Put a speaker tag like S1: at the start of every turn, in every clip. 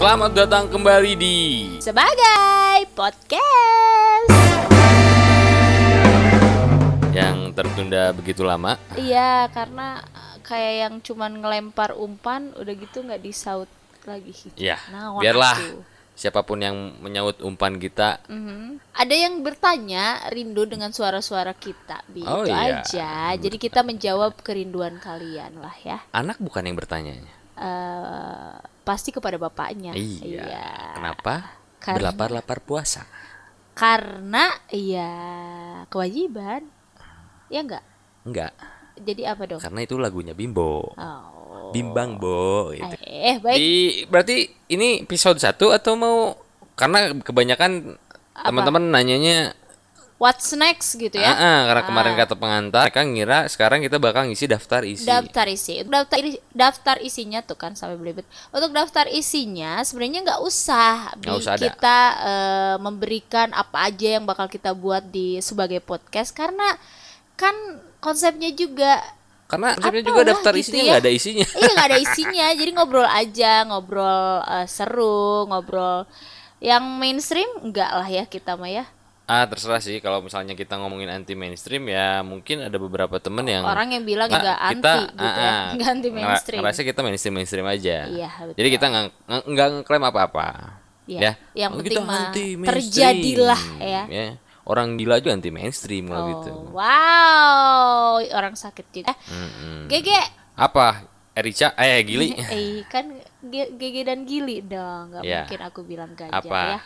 S1: Selamat datang kembali di
S2: sebagai podcast.
S1: yang tertunda begitu lama.
S2: Iya, karena kayak yang cuman ngelempar umpan udah gitu nggak disaut lagi.
S1: Ya,
S2: Nah, waktu.
S1: biarlah siapapun yang menyaut umpan kita.
S2: Mhm. Ada yang bertanya rindu dengan suara-suara kita, Bi.
S1: Oh,
S2: Itu
S1: iya.
S2: aja. Jadi kita menjawab kerinduan kalian lah ya.
S1: Anak bukan yang bertanyanya.
S2: Eh, pasti kepada bapaknya.
S1: Iya.
S2: Iya.
S1: Kenapa?
S2: Karena-
S1: Berlapar-lapar puasa.
S2: Karena iya kewajiban. Ya enggak?
S1: Enggak,
S2: Jadi apa dong?
S1: karena itu lagunya Bimbo.
S2: Oh.
S1: Bimbang, Bo gitu.
S2: Eh, baik.
S1: Di berarti ini episode 1 atau mau karena kebanyakan teman-teman nanyanya
S2: What's next gitu ya?
S1: "Ah, ah," karena kemarin kata pengantar mereka ngira sekarang kita bakal ngisi daftar isi.
S2: daftar isi Untuk daftar isi- daftar isinya tuh kan sampai belibet untuk daftar isinya sebenarnya nggak usah Bi.
S1: Nggak usah ada.
S2: kita eh, memberikan apa aja yang bakal kita buat di sebagai podcast karena kan konsepnya juga
S1: karena konsepnya
S2: Apalah
S1: juga daftar
S2: gitu
S1: isinya
S2: ya.
S1: nggak ada isinya.
S2: iya nggak ada isinya jadi ngobrol aja ngobrol eh, seru ngobrol yang mainstream enggak lah ya kita mah ya
S1: Ah terserah sih kalau misalnya kita ngomongin anti mainstream ya mungkin ada beberapa temen yang
S2: orang yang bilang
S1: Hmm. "Nggak,
S2: enggak
S1: kita,
S2: anti gitu
S1: ah,
S2: ya
S1: ah,
S2: nggak anti
S1: ngera-
S2: mainstream
S1: Ngerasa kita mainstream mainstream aja.
S2: Iya, betul.
S1: Jadi kita nggak nggak- nggak ngeklaim apa-apa.
S2: Iya,
S1: Ya.
S2: yang
S1: Oh,
S2: penting
S1: kita
S2: mah
S1: anti-mainstream.
S2: terjadilah, ya.
S1: Orang gila juga anti mainstream kalau
S2: Oh,
S1: gitu. Hmm.
S2: Wow, orang sakit juga. Eh, Gege,
S1: Apa? Erica? Eh Gili?
S2: eh kan Ge- Gege dan Gili dong, nggak
S1: Ya.
S2: mungkin aku bilang gajah
S1: Apa?
S2: ya.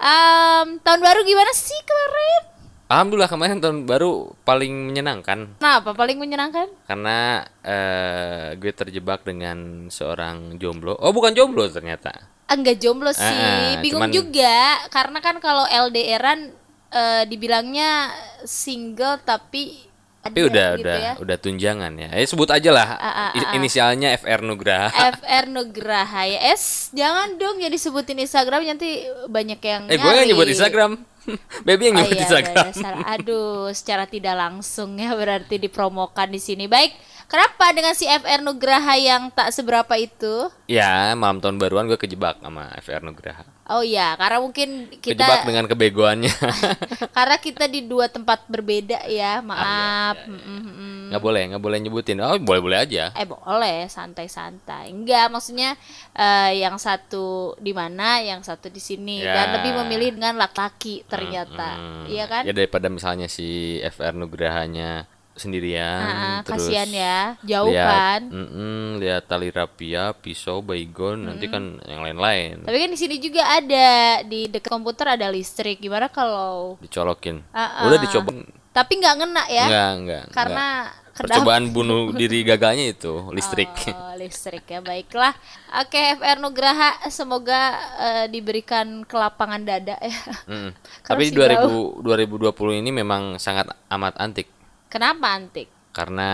S2: Em, tahun baru gimana sih kemarin?
S1: Alhamdulillah kemarin tahun baru paling menyenangkan
S2: Nah, apa paling menyenangkan?
S1: karena eh, gue terjebak dengan seorang jomblo. Oh bukan jomblo ternyata.
S2: Enggak jomblo sih,
S1: Ah, ah,
S2: bingung
S1: cuman-
S2: juga karena kan kalau LDRan eh, dibilangnya single tapi ada
S1: Tapi udah
S2: gitu
S1: udah
S2: ya.
S1: udah tunjangan ya. Eh sebut aja lah
S2: ah,
S1: i- inisialnya FR Nugraha.
S2: FR Nugraha ya. Es, jangan dong ya disebutin Instagram nanti banyak yang
S1: Eh gue nggak nyebut
S2: nyari.
S1: Instagram. Baby yang
S2: Oh
S1: nyebut
S2: iya,
S1: Instagram.
S2: dasar. Aduh, secara tidak langsung ya berarti dipromokan di sini. Baik, kenapa dengan si FR Nugraha yang tak seberapa itu?
S1: Ya malam tahun baruan gue kejebak sama FR Nugraha.
S2: Oh iya, karena mungkin
S1: Kejebak
S2: kita Hmm.
S1: dengan kebegoannya.
S2: karena kita di dua tempat berbeda
S1: Ah, iya,
S2: ya. Maaf. Mm, mm, mm.
S1: Nggak boleh nggak boleh nyebutin. Oh boleh boleh aja.
S2: Eh boleh, santai-santai. Enggak, maksudnya eh, yang satu di mana, yang satu di sini.
S1: Ya.
S2: Dan lebih memilih dengan laki-laki ternyata.
S1: Hmm,
S2: Iya kan?
S1: Ya daripada misalnya si FR Nugrahanya
S2: Ah,
S1: sendirian. terus
S2: kasihan ya, jauh
S1: lihat-
S2: kan.
S1: Mm-mm, lihat tali rapia, pisau, baygon, nanti
S2: Hmm.
S1: kan yang lain-lain
S2: Tapi kan di sini juga ada di dekat komputer ada listrik. Gimana kalau
S1: dicolokin.
S2: Ah,
S1: Udah
S2: ah.
S1: dicoba
S2: tapi nggak ngena ya?
S1: Enggak, enggak.
S2: Karena kedap-
S1: percobaan bunuh diri gagalnya itu listrik.
S2: Oh, listrik ya baiklah. Oke FR Nugraha semoga eh, diberikan kelapangan dada ya.
S1: Mm.
S2: Karena
S1: Tapi
S2: si
S1: 2000, 2020 ini memang sangat amat antik
S2: Kenapa antik?
S1: karena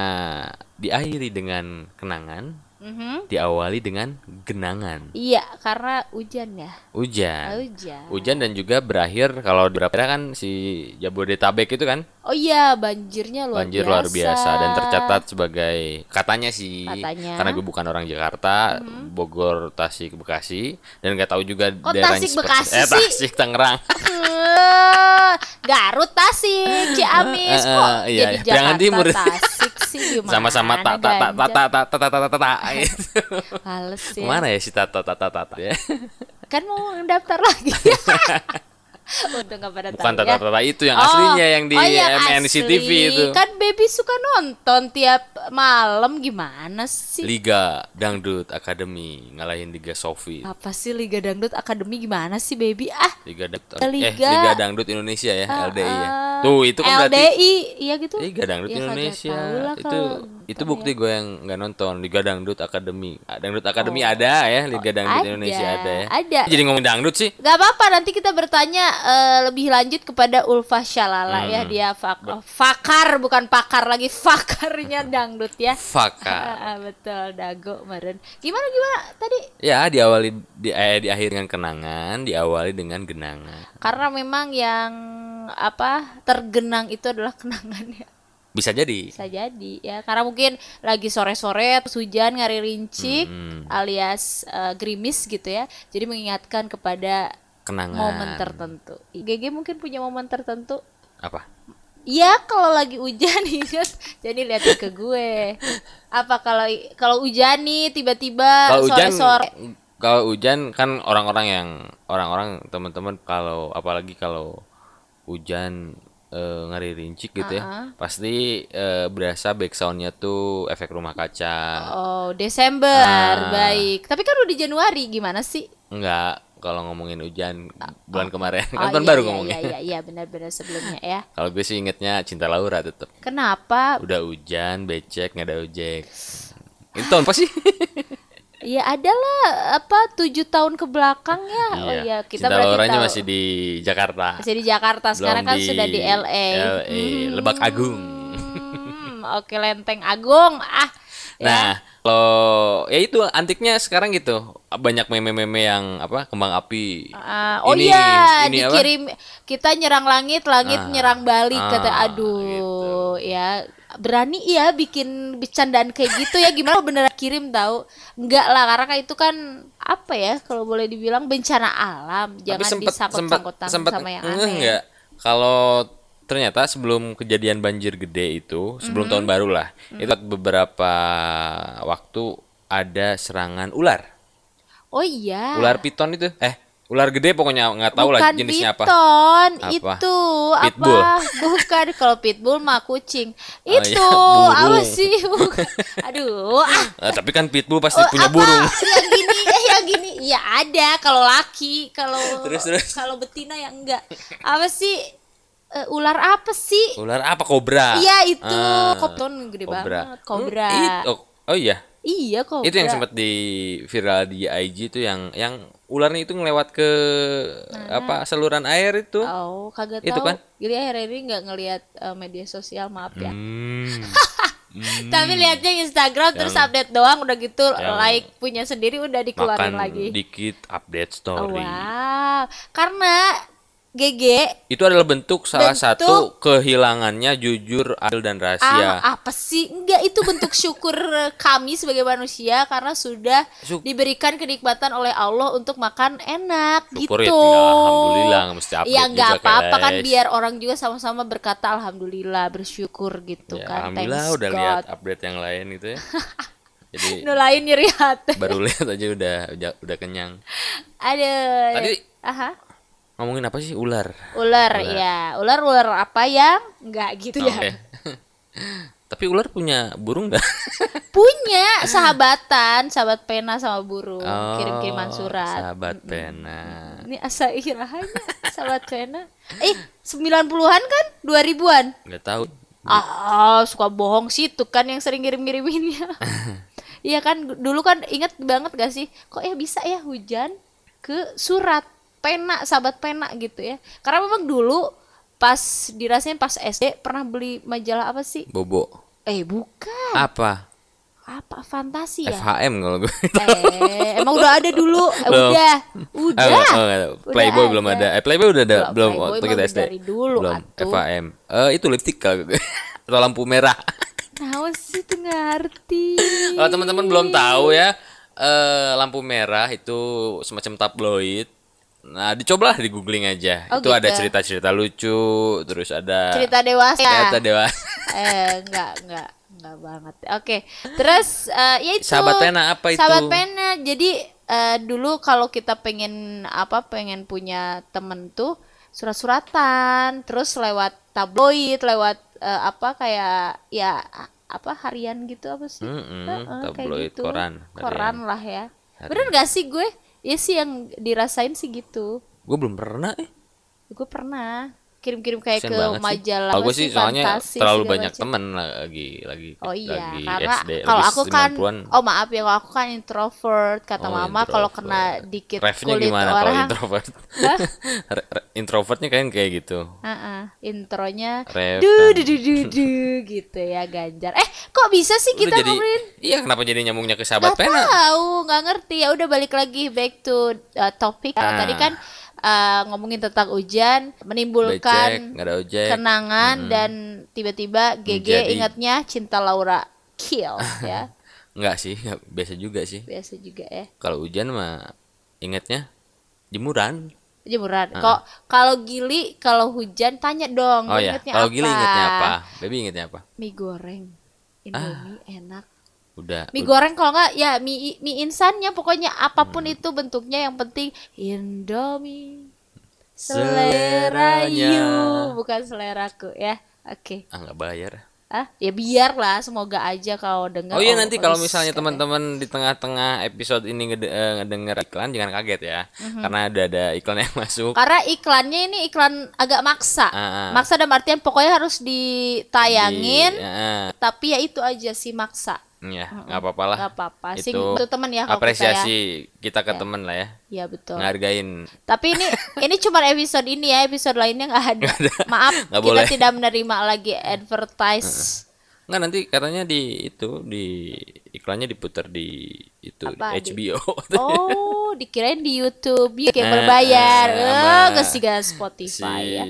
S1: diakhiri dengan kenangan,
S2: Mhm.
S1: diawali dengan genangan,
S2: Iya karena hujan ya.
S1: hujan.
S2: Hujan.
S1: Hujan dan juga berakhir kalau di daerah kan si Jabodetabek itu kan
S2: Oh iya banjirnya luar
S1: banjir
S2: biasa.
S1: luar biasa dan tercatat sebagai katanya sih
S2: Katanya. Mm-hmm.
S1: karena gue bukan orang Jakarta, Bogor, Tasik, Bekasi dan nggak tahu juga
S2: Kok
S1: daerahnya
S2: Tasik,
S1: seperti-
S2: Bekasi
S1: eh,
S2: sih?
S1: Tasik Tangerang.
S2: Eh, Garut Tasik,
S1: Eh, eh,
S2: Ciamis kok
S1: iya,
S2: jadi
S1: iya. Jangan
S2: Jakarta
S1: Timur.
S2: Tasik sih gimana?
S1: sama-sama tak tak tak tak
S2: Ganjar?
S1: tak tak tak tak tak tak gitu.
S2: Males ya.
S1: Kemana ya si tata tata tata ya?
S2: kan mau daftar lagi untung gak pada
S1: Bukan
S2: tahu
S1: tata
S2: ya
S1: tata itu yang aslinya yang di
S2: oh, yang
S1: MNCTV
S2: asli.
S1: itu.
S2: kan baby suka nonton tiap malam gimana sih
S1: Liga Dangdut Academy ngalahin Liga Sofi.
S2: apa sih Liga Dangdut Academy gimana sih baby ah
S1: Liga Dangdut eh
S2: Liga- Ah,
S1: Liga Dangdut Indonesia ya, LDI ya. Tuh itu kan berarti
S2: LDI iya gitu
S1: Liga Dangdut
S2: Ya, kagak
S1: Indonesia.
S2: tahu lah
S1: Itu
S2: kalau-
S1: itu bukti gue yang nggak nonton Liga Dangdut Academy. Ah, Dangdut Academy ada ya, Liga Dangdut
S2: Oh. ada,
S1: Indonesia ada ya.
S2: ada.
S1: Jadi ngomong dangdut sih.
S2: Gak apa-apa nanti kita bertanya eh, lebih lanjut kepada Ulfa Shalala ya
S1: Hmm.
S2: dia fak- fakar bukan pakar lagi fakarnya dangdut ya
S1: Faka.
S2: Ah, ah, betul dago kemarin gimana gimana tadi
S1: Ya, diawali di eh, diakhiri dengan kenangan, diawali dengan genangan.
S2: Karena memang yang apa tergenang itu adalah kenangannya.
S1: Bisa jadi.
S2: bisa jadi ya karena mungkin lagi sore-sore terus hujan ngari rincik
S1: Hmm.
S2: alias eh, gerimis gitu ya jadi mengingatkan kepada
S1: Kenangan.
S2: momen tertentu GG mungkin punya momen tertentu
S1: Apa?
S2: ya kalau lagi hujan ingat jadi liatin ke gue apa kalau kalau hujan nih tiba-tiba
S1: Kalau hujan eh,
S2: sore-sore
S1: kalau hujan kan orang-orang yang orang-orang teman-teman kalau apalagi kalau hujan eh, ngeri rincik gitu ya. Pasti eh, berasa backsoundnya tuh efek rumah kaca.
S2: oh Desember
S1: Ah.
S2: baik tapi kan udah Januari gimana sih
S1: Enggak, kalau ngomongin hujan bulan kemarin kan
S2: Oh,
S1: tahun
S2: iya,
S1: baru
S2: iya,
S1: ngomongin.
S2: iya iya iya benar-benar sebelumnya ya
S1: Kalau gue sih ingetnya cinta Laura tetep
S2: kenapa
S1: Udah hujan, becek, nggak ada ojek. Itu tahun apa sih?
S2: Ya ada lah apa tujuh tahun ke belakang ya. Oh iya, kita
S1: cinta
S2: berarti
S1: Lauranya
S2: tahu.
S1: masih di Jakarta.
S2: Masih di Jakarta sekarang
S1: Belum
S2: kan sudah di LA.
S1: LA, Lebak Agung.
S2: Hmm, oke Lenteng Agung. Ah.
S1: Nah, kalau ya itu antiknya sekarang gitu. Banyak meme-meme yang apa? Kembang api.
S2: Ah, oh
S1: Ini-
S2: iya,
S1: ini apa?
S2: dikirim kita nyerang langit, langit
S1: Ah,
S2: nyerang balik
S1: ah, gitu."
S2: kata aduh ya berani ya bikin bercandaan kayak gitu ya gimana beneran kirim tahu enggak lah karena kan itu kan apa ya kalau boleh dibilang bencana alam jangan disangkut-sangkut sama yang aneh
S1: enggak. Kalau ternyata sebelum kejadian banjir gede itu, sebelum
S2: Mm-hmm.
S1: tahun baru lah, itu beberapa waktu ada serangan ular.
S2: oh iya
S1: Ular piton itu. Eh, ular gede pokoknya nggak tahu lah
S2: bukan
S1: jenisnya apa.
S2: piton
S1: Apa?
S2: itu
S1: Pitbull.
S2: apa bukan kalau pitbull mah kucing
S1: iya,
S2: itu
S1: burung.
S2: apa sih Bukan. aduh
S1: Eh,
S2: ah
S1: tapi kan pitbull pasti
S2: Oh,
S1: punya
S2: apa?
S1: burung.
S2: yang gini eh yang gini ya ada kalau laki kalau
S1: Terus, terus.
S2: kalau betina ya enggak apa sih Eh, ular apa sih
S1: Ular apa kobra?
S2: iya itu
S1: Ah,
S2: kopton gede banget kobra
S1: Hmm, itu. Oh iya.
S2: iya kobra
S1: Itu yang sempat di viral di IG itu yang yang ularnya itu ngelewat ke apa saluran air itu.
S2: oh kagak
S1: Itu
S2: tahu
S1: kan?
S2: jadi akhir ini nggak ngelihat eh, media sosial maaf ya
S1: Hmm.
S2: Tapi lihatnya Instagram terus update doang udah gitu
S1: yang
S2: like punya sendiri udah
S1: makan
S2: dikeluarin lagi.
S1: dikit update
S2: Oh,
S1: story.
S2: wow. Karena GG
S1: Itu adalah bentuk salah
S2: Bentuk-
S1: satu kehilangannya jujur, adil dan
S2: ah,
S1: rahasia.
S2: apa sih? Enggak itu bentuk syukur kami sebagai manusia karena sudah
S1: Syuk-
S2: diberikan kenikmatan oleh Allah untuk makan enak
S1: Syukur ya,
S2: gitu.
S1: tinggal alhamdulillah, nggak mesti update gitu,
S2: Ya nggak
S1: juga,
S2: apa-apa kan
S1: guys.
S2: biar orang juga sama-sama berkata alhamdulillah bersyukur gitu
S1: Ya,
S2: kan.
S1: alhamdulillah
S2: Thanks
S1: udah
S2: God.
S1: lihat update yang lain gitu ya. Jadi
S2: Nulain nyeri hati.
S1: baru lihat aja udah udah, udah kenyang.
S2: Aduh.
S1: Tadi-
S2: Aha.
S1: Ngomongin apa sih ular?
S2: Ular, ya. Ular ular apa yang enggak gitu ya.
S1: Oke. Tapi ular punya burung nggak?
S2: Punya sahabatan, sahabat pena sama burung,
S1: Oh,
S2: kirim-kiriman surat.
S1: Sahabat pena.
S2: Ini asa irahanya sahabat pena. Eh, 90-an kan? 2000-an.
S1: Nggak tahu.
S2: Ah, suka bohong sih tuh kan yang sering kirim-kiriminnya. Iya kan dulu kan inget banget gak sih? Kok ya bisa ya hujan ke surat pena sahabat pena gitu ya. Karena memang dulu pas dirasanya pas SD pernah beli majalah apa sih?
S1: Bobo.
S2: Eh bukan
S1: Apa?
S2: apa fantasi ya?
S1: FHM kalau gue.
S2: Eh, emang udah ada dulu. Eh,
S1: Belum.
S2: udah.
S1: Ah,
S2: Udah.
S1: oh, nggak tahu.
S2: Udah
S1: Playboy belum ada. Eh, Playboy udah ada
S2: Belum,
S1: belum
S2: Playboy
S1: waktu
S2: mah
S1: kita
S2: udah
S1: SD.
S2: dari dulu,
S1: belum.
S2: atuh.
S1: FHM. Eh, itu lipstick kalau gue. Atau lampu merah.
S2: Nah, sih tuh ngerti.
S1: Kalau teman-teman belum tahu ya, eh lampu merah itu semacam tabloid. Nah, dicobalah di googling aja.
S2: Oh,
S1: itu ada
S2: gitu.
S1: cerita-cerita lucu, terus ada
S2: Cerita iya. dewasa.
S1: cerita dewa.
S2: eh enggak enggak enggak banget oke terus eh, ya itu
S1: Sahabat pena apa itu?
S2: sahabat pena jadi eh, dulu kalau kita pengen apa pengen punya temen tuh surat-suratan terus lewat tabloid lewat eh, apa kayak ya a- apa harian gitu apa sih
S1: Mm-mm,
S2: Heeh, kayak gitu.
S1: tabloid, koran, harian.
S2: koran lah ya bener gak sih gue ya sih yang dirasain sih gitu
S1: gue belum pernah eh.
S2: gue pernah kirim-kirim kayak
S1: Kasian
S2: ke
S1: banget sih.
S2: majalah
S1: Kalau gue
S2: apa
S1: sih soalnya
S2: fantasi,
S1: terlalu
S2: segala
S1: banyak
S2: macam.
S1: temen lagi lagi
S2: Oh iya,
S1: lagi
S2: karena
S1: SD,
S2: kalau
S1: lagi
S2: aku kan
S1: 90-an.
S2: oh maaf ya kalau aku kan introvert kata
S1: Oh,
S2: mama kalau
S1: introvert.
S2: kena dikit
S1: Refnya
S2: kulit
S1: gimana kalau
S2: orang.
S1: introvert? Re- re- introvertnya kayak kayak gitu.
S2: Heeh, intronya
S1: Ref
S2: du
S1: kan.
S2: du du du du gitu ya Ganjar. Eh, kok bisa sih
S1: Lu
S2: kita
S1: jadi
S2: ngobrolin?
S1: Iya, kenapa jadi nyambungnya ke sahabat
S2: Gak
S1: pena?
S2: tahu, nggak ngerti. Ya udah balik lagi back to uh, topik.
S1: Ah.
S2: Tadi kan uh, ngomongin tentang hujan
S1: Becek,
S2: menimbulkan
S1: nggak ada ojek.
S2: kenangan dan tiba-tiba GG
S1: Menjadi-
S2: ingatnya cinta Laura kill ya
S1: Enggak sih, nggak- biasa juga sih.
S2: biasa juga ya
S1: Kalau hujan mah ingetnya jemuran. Ah.
S2: jemuran kok kalau gili kalau hujan tanya dong
S1: Oh ya,
S2: ingetnya
S1: kalau
S2: apa?
S1: Gili ingetnya apa? Ah. Baby ingetnya apa?
S2: mie goreng Indomie enak
S1: Udah.
S2: mie
S1: udah.
S2: goreng kalau nggak ya mie mie insannya pokoknya apapun
S1: Nah.
S2: itu bentuknya yang penting Indomie selera
S1: Seleranya.
S2: you bukan seleraku ya oke
S1: Ah, nggak bayar.
S2: ah ya biarlah semoga aja kau dengar
S1: Oh iya
S2: Allah
S1: nanti kalau
S2: balas
S1: misalnya
S2: kalian.
S1: teman-teman di tengah-tengah episode ini ngede- eh, ngedenger iklan jangan kaget ya.
S2: Mhm.
S1: Karena ada ada iklan yang masuk.
S2: Karena iklannya ini iklan agak maksa.
S1: Ah, ah.
S2: Maksa dalam artian pokoknya harus ditayangin,
S1: Di- eh,
S2: tapi ya itu aja sih maksa.
S1: eh, ya, nggak apa-apa lah.
S2: Mhm. Nggak apa-apa. Sing-
S1: Itu
S2: itu temen ya kalau kita
S1: apresiasi kita, ke temen lah ya.
S2: Ya betul.
S1: Ngehargain.
S2: Tapi ini ini cuma episode ini ya, episode lainnya nggak ada. Maaf,
S1: Nggak
S2: kita
S1: boleh.
S2: tidak menerima lagi advertise.
S1: Nggak nanti katanya di itu di iklannya diputar di itu di
S2: Apa, di-
S1: HBO.
S2: Oh, dikirain di YouTube, ya kayak
S1: Nah,
S2: berbayar.
S1: eh,
S2: Eh,
S1: sama
S2: nggak sih nggak
S1: si
S2: Spotify ya.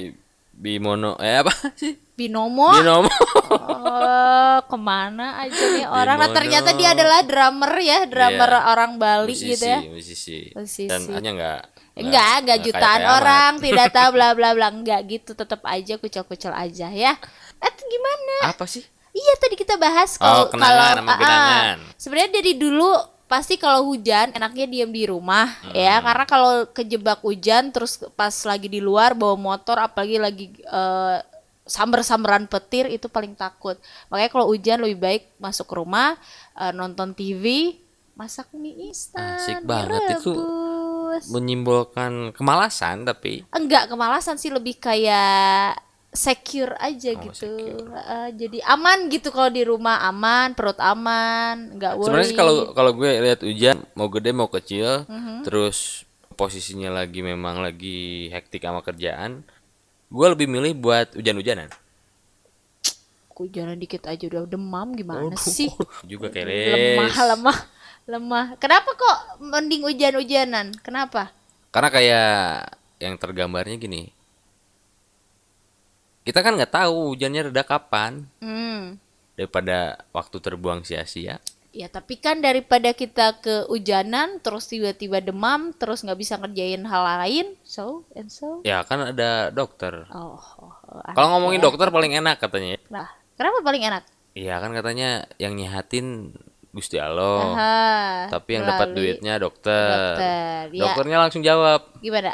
S1: Bimono eh apa sih?
S2: Binomo.
S1: Binomo.
S2: Oh, kemana aja nih orang? Nah,
S1: Bimono.
S2: ternyata dia adalah drummer ya, drummer
S1: Iya.
S2: orang Bali
S1: musisi,
S2: gitu ya.
S1: musisi.
S2: Musisi.
S1: Dan hanya nggak
S2: Enggak, enggak
S1: nggak
S2: jutaan
S1: kaya-kaya amat.
S2: orang tidak tahu bla bla bla enggak gitu tetap aja kucel-kucel aja ya. Eh tuh gimana?
S1: Apa sih?
S2: Iya tadi kita bahas
S1: Oh,
S2: kalau
S1: kenangan sama
S2: ah, ah.
S1: kenangan.
S2: Sebenarnya dari dulu pasti kalau hujan enaknya diam di rumah
S1: Hmm.
S2: ya karena kalau kejebak hujan terus pas lagi di luar bawa motor apalagi lagi eh, samber-samberan petir itu paling takut. Makanya kalau hujan lebih baik masuk ke rumah eh, nonton TV, masak mie instan,
S1: Asik
S2: mie
S1: banget itu.
S2: rebus
S1: Menyimbolkan kemalasan tapi
S2: enggak kemalasan sih lebih kayak secure aja
S1: Oh,
S2: gitu Heeh, jadi aman gitu kalau di rumah aman perut aman enggak worry
S1: sebenarnya sih kalau kalau gue lihat hujan mau gede mau kecil terus posisinya lagi memang lagi hektik sama kerjaan gue lebih milih buat hujan-hujanan
S2: aku jalan dikit aja udah demam gimana sih
S1: juga
S2: lemah
S1: keles
S2: lemah lemah kenapa kok mending hujan-hujanan kenapa
S1: karena kayak yang tergambarnya gini kita kan nggak tahu hujannya reda kapan
S2: hmm
S1: daripada waktu terbuang sia-sia
S2: ya tapi kan daripada kita kehujanan terus tiba-tiba demam terus nggak bisa ngerjain hal lain so and so
S1: ya kan ada dokter
S2: oh, oh, oh,
S1: kalau ngomongin
S2: aneh ya.
S1: dokter paling enak katanya
S2: nah kenapa paling enak
S1: iya kan katanya yang nyihatin Gusti Allah
S2: Aha,
S1: Oh, tapi yang dapat
S2: melalui-
S1: duitnya dokter.
S2: dokter, ya.
S1: Dokternya langsung jawab,
S2: gimana?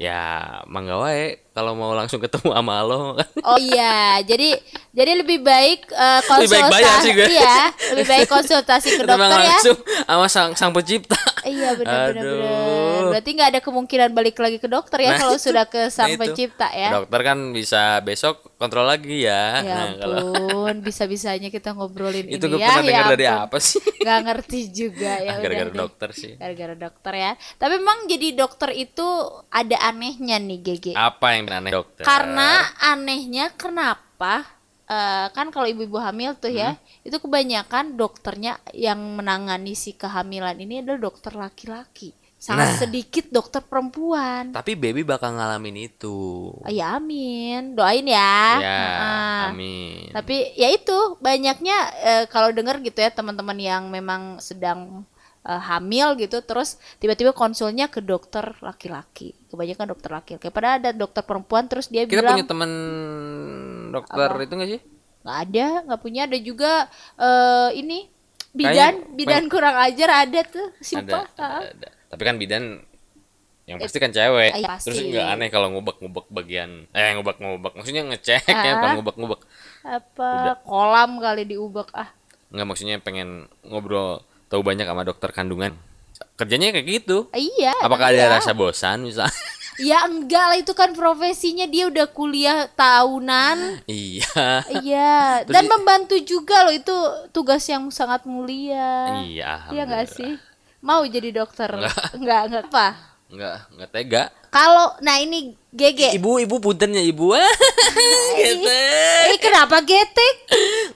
S1: ya mangga wae kalau mau langsung ketemu sama lo kan.
S2: Oh iya, jadi jadi lebih baik eh,
S1: Lebih baik bayar
S2: konsultasi
S1: sih gue.
S2: iya, lebih baik konsultasi ke
S1: Ketemu
S2: dokter ya.
S1: langsung sama sang sang pencipta.
S2: Iya benar benar
S1: Aduh.
S2: benar. Berarti nggak ada kemungkinan balik lagi ke dokter ya
S1: Nah,
S2: kalau
S1: itu.
S2: sudah ke sang
S1: Nah, itu.
S2: pencipta ya.
S1: Dokter kan bisa besok kontrol lagi ya.
S2: Ya
S1: Nah, kalau
S2: ampun, bisa-bisanya kita ngobrolin
S1: itu
S2: ini
S1: gue
S2: ya.
S1: pernah
S2: ya
S1: dengar dari
S2: ampun.
S1: apa sih?
S2: Nggak ngerti juga ya.
S1: Ah,
S2: udah
S1: Gara-gara
S2: deh.
S1: dokter sih.
S2: Gara-gara dokter ya. Tapi memang jadi dokter itu ada anehnya nih GG.
S1: Apa yang aneh dokter?
S2: Karena anehnya kenapa eh, kan kalau ibu-ibu hamil tuh ya,
S1: Hmm.
S2: itu kebanyakan dokternya yang menangani si kehamilan ini adalah dokter laki-laki.
S1: Nah.
S2: Sangat sedikit dokter perempuan.
S1: tapi baby bakal ngalamin itu.
S2: Eh, Ya amin, doain ya.
S1: ya,
S2: Heeh.
S1: amin.
S2: Tapi ya itu banyaknya eh, kalau dengar gitu ya teman-teman yang memang sedang eh, hamil gitu terus tiba-tiba konsulnya ke dokter laki-laki. Kebanyakan dokter laki-laki. Padahal ada dokter perempuan terus dia
S1: Kita
S2: bilang
S1: punya temen dokter itu gak sih?
S2: nggak ada nggak punya ada juga eh ini bidan
S1: Kayaknya-
S2: bidan kurang ajar ada tuh
S1: ada,
S2: simpel
S1: ada, ada. Tapi kan bidan yang pasti kan cewek.
S2: Iya, pasti.
S1: Terus nggak aneh kalau ngubek-ngubek bagian eh ngubek-ngubek. Maksudnya ngecek ya bukan ngubek-ngubek.
S2: apa kolam kali diubek ah
S1: Nggak maksudnya pengen ngobrol tahu banyak sama dokter kandungan. Kerjanya kayak gitu.
S2: iya
S1: Apakah
S2: iya.
S1: ada rasa bosan misalnya?
S2: ya enggak lah itu kan profesinya dia udah kuliah tahunan
S1: iya.
S2: iya dan membantu juga loh itu tugas yang sangat mulia
S1: Iya.
S2: iya nggak sih mau jadi dokter enggak enggak apa
S1: Nggak, nggak tega.
S2: kalau nah ini GG
S1: Ibu, ibu puntennya ibu.
S2: Iya,
S1: gitu.
S2: eh kenapa getek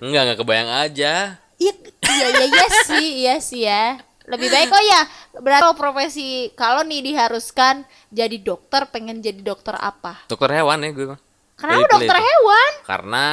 S1: Enggak, enggak kebayang aja.
S2: Iya, iya, iya, iya sih, iya sih ya. Lebih baik oh ya, berarti kalau profesi kalau nih diharuskan jadi dokter, pengen jadi dokter apa?
S1: Dokter hewan ya gue. Bang.
S2: Kenapa
S1: Pilih-pilih
S2: dokter
S1: itu.
S2: hewan?
S1: Karena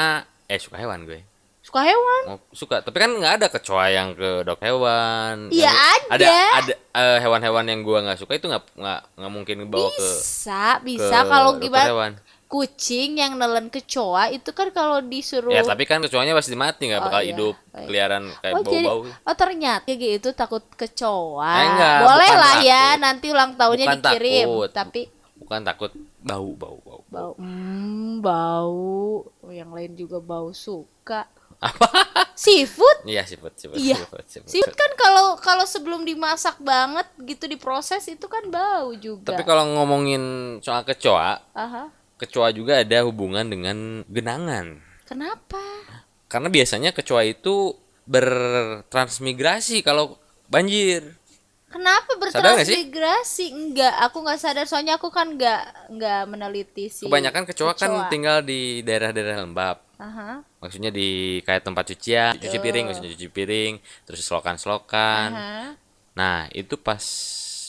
S1: eh suka hewan gue
S2: Suka hewan.
S1: Mau- suka tapi kan nggak ada kecoa yang ke dok hewan
S2: Iya,
S1: Yang- ada
S2: ada.
S1: ada eh, hewan-hewan yang gua nggak suka itu nggak nggak nggak mungkin bawa ke
S2: Bisa,
S1: ke
S2: bisa kalau
S1: dokter
S2: gimana
S1: hewan
S2: kucing yang nelen kecoa itu kan kalau disuruh
S1: ya tapi kan kecoanya pasti mati nggak
S2: Oh,
S1: bakal
S2: iya.
S1: hidup
S2: Baik.
S1: keliaran kayak
S2: oh, jadi,
S1: bau-bau
S2: oh ternyata kayak gitu takut kecoa.
S1: Eh, enggak,
S2: Boleh
S1: bukan
S2: lah ya
S1: takut.
S2: nanti ulang tahunnya
S1: Bukan
S2: dikirim.
S1: takut.
S2: Tapi
S1: bukan takut bau bau bau
S2: bau, hmm, bau. Yang lain juga bau suka.
S1: apa
S2: Seafood?
S1: iya siput siput
S2: Iya.
S1: siput, siput.
S2: Seafood kan kalau kalau sebelum dimasak banget gitu diproses itu kan bau juga.
S1: tapi kalau ngomongin soal kecoa
S2: Aha.
S1: kecoa juga ada hubungan dengan genangan
S2: Kenapa?
S1: karena biasanya kecoa itu bertransmigrasi kalau banjir
S2: Kenapa
S1: Sadar nggak sih?
S2: bertransmigrasi? Enggak, aku nggak sadar soalnya aku kan nggak nggak meneliti sih.
S1: kebanyakan kecoa, kan tinggal di daerah-daerah lembab
S2: Aha.
S1: maksudnya di kayak tempat cucian cuci piring maksudnya cuci piring terus selokan selokan
S2: aha.
S1: nah itu pas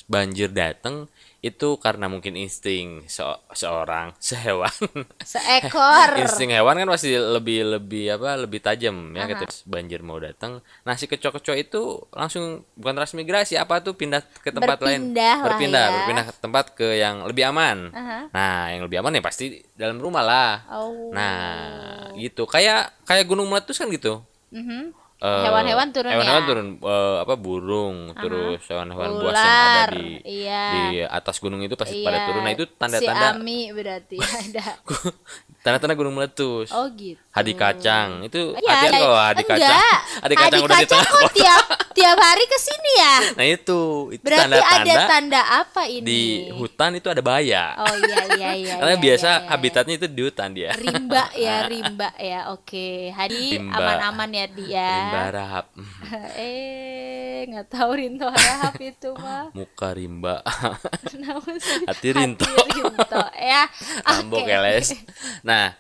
S1: banjir datang itu karena mungkin insting se- seorang sehewan
S2: Seekor.
S1: insting hewan kan pasti lebih lebih apa lebih tajam ya ketika banjir mau datang nah si kecoa-kecoa itu langsung bukan transmigrasi apa tuh pindah ke tempat lain
S2: Berpindah lah
S1: berpindah
S2: ya.
S1: berpindah ke tempat ke yang lebih aman
S2: Aha.
S1: nah yang lebih aman ya pasti dalam rumah lah
S2: Oh.
S1: nah gitu kayak kayak gunung meletus kan gitu
S2: Mhm.
S1: Eh,
S2: Hewan-hewan turun
S1: hewan-hewan
S2: ya?
S1: turun eh, apa burung terus hewan-hewan buas yang
S2: Ular,
S1: ada di
S2: iya.
S1: di atas gunung itu pasti
S2: Iya.
S1: pada turun nah itu
S2: Si
S1: tanda-tanda
S2: Ami berarti ada.
S1: tanda-tanda gunung meletus
S2: Oh gitu.
S1: Hadi kacang itu
S2: Iya,
S1: hati-hati kalau hadi
S2: enggak.
S1: kacang. Hadi kacang udah di tengah
S2: kok
S1: kota.
S2: tiap tiap hari ke sini ya.
S1: Nah itu itu
S2: Berarti ada
S1: tanda-tanda
S2: tanda apa ini?
S1: di hutan itu ada bahaya.
S2: Oh iya iya iya.
S1: Karena
S2: iya,
S1: biasa
S2: iya, iya.
S1: habitatnya itu di hutan dia.
S2: rimba ya, rimba ya. Oke, Hadi
S1: Rimba.
S2: aman-aman ya dia.
S1: Rimba Hmm, rahab.
S2: eh, nggak tahu Rinto Harahap itu mah.
S1: Muka rimba.
S2: Kenapa sih?
S1: Hati Rinto.
S2: Hati Rinto ya.
S1: Rambo
S2: Oke.
S1: keles. Nah,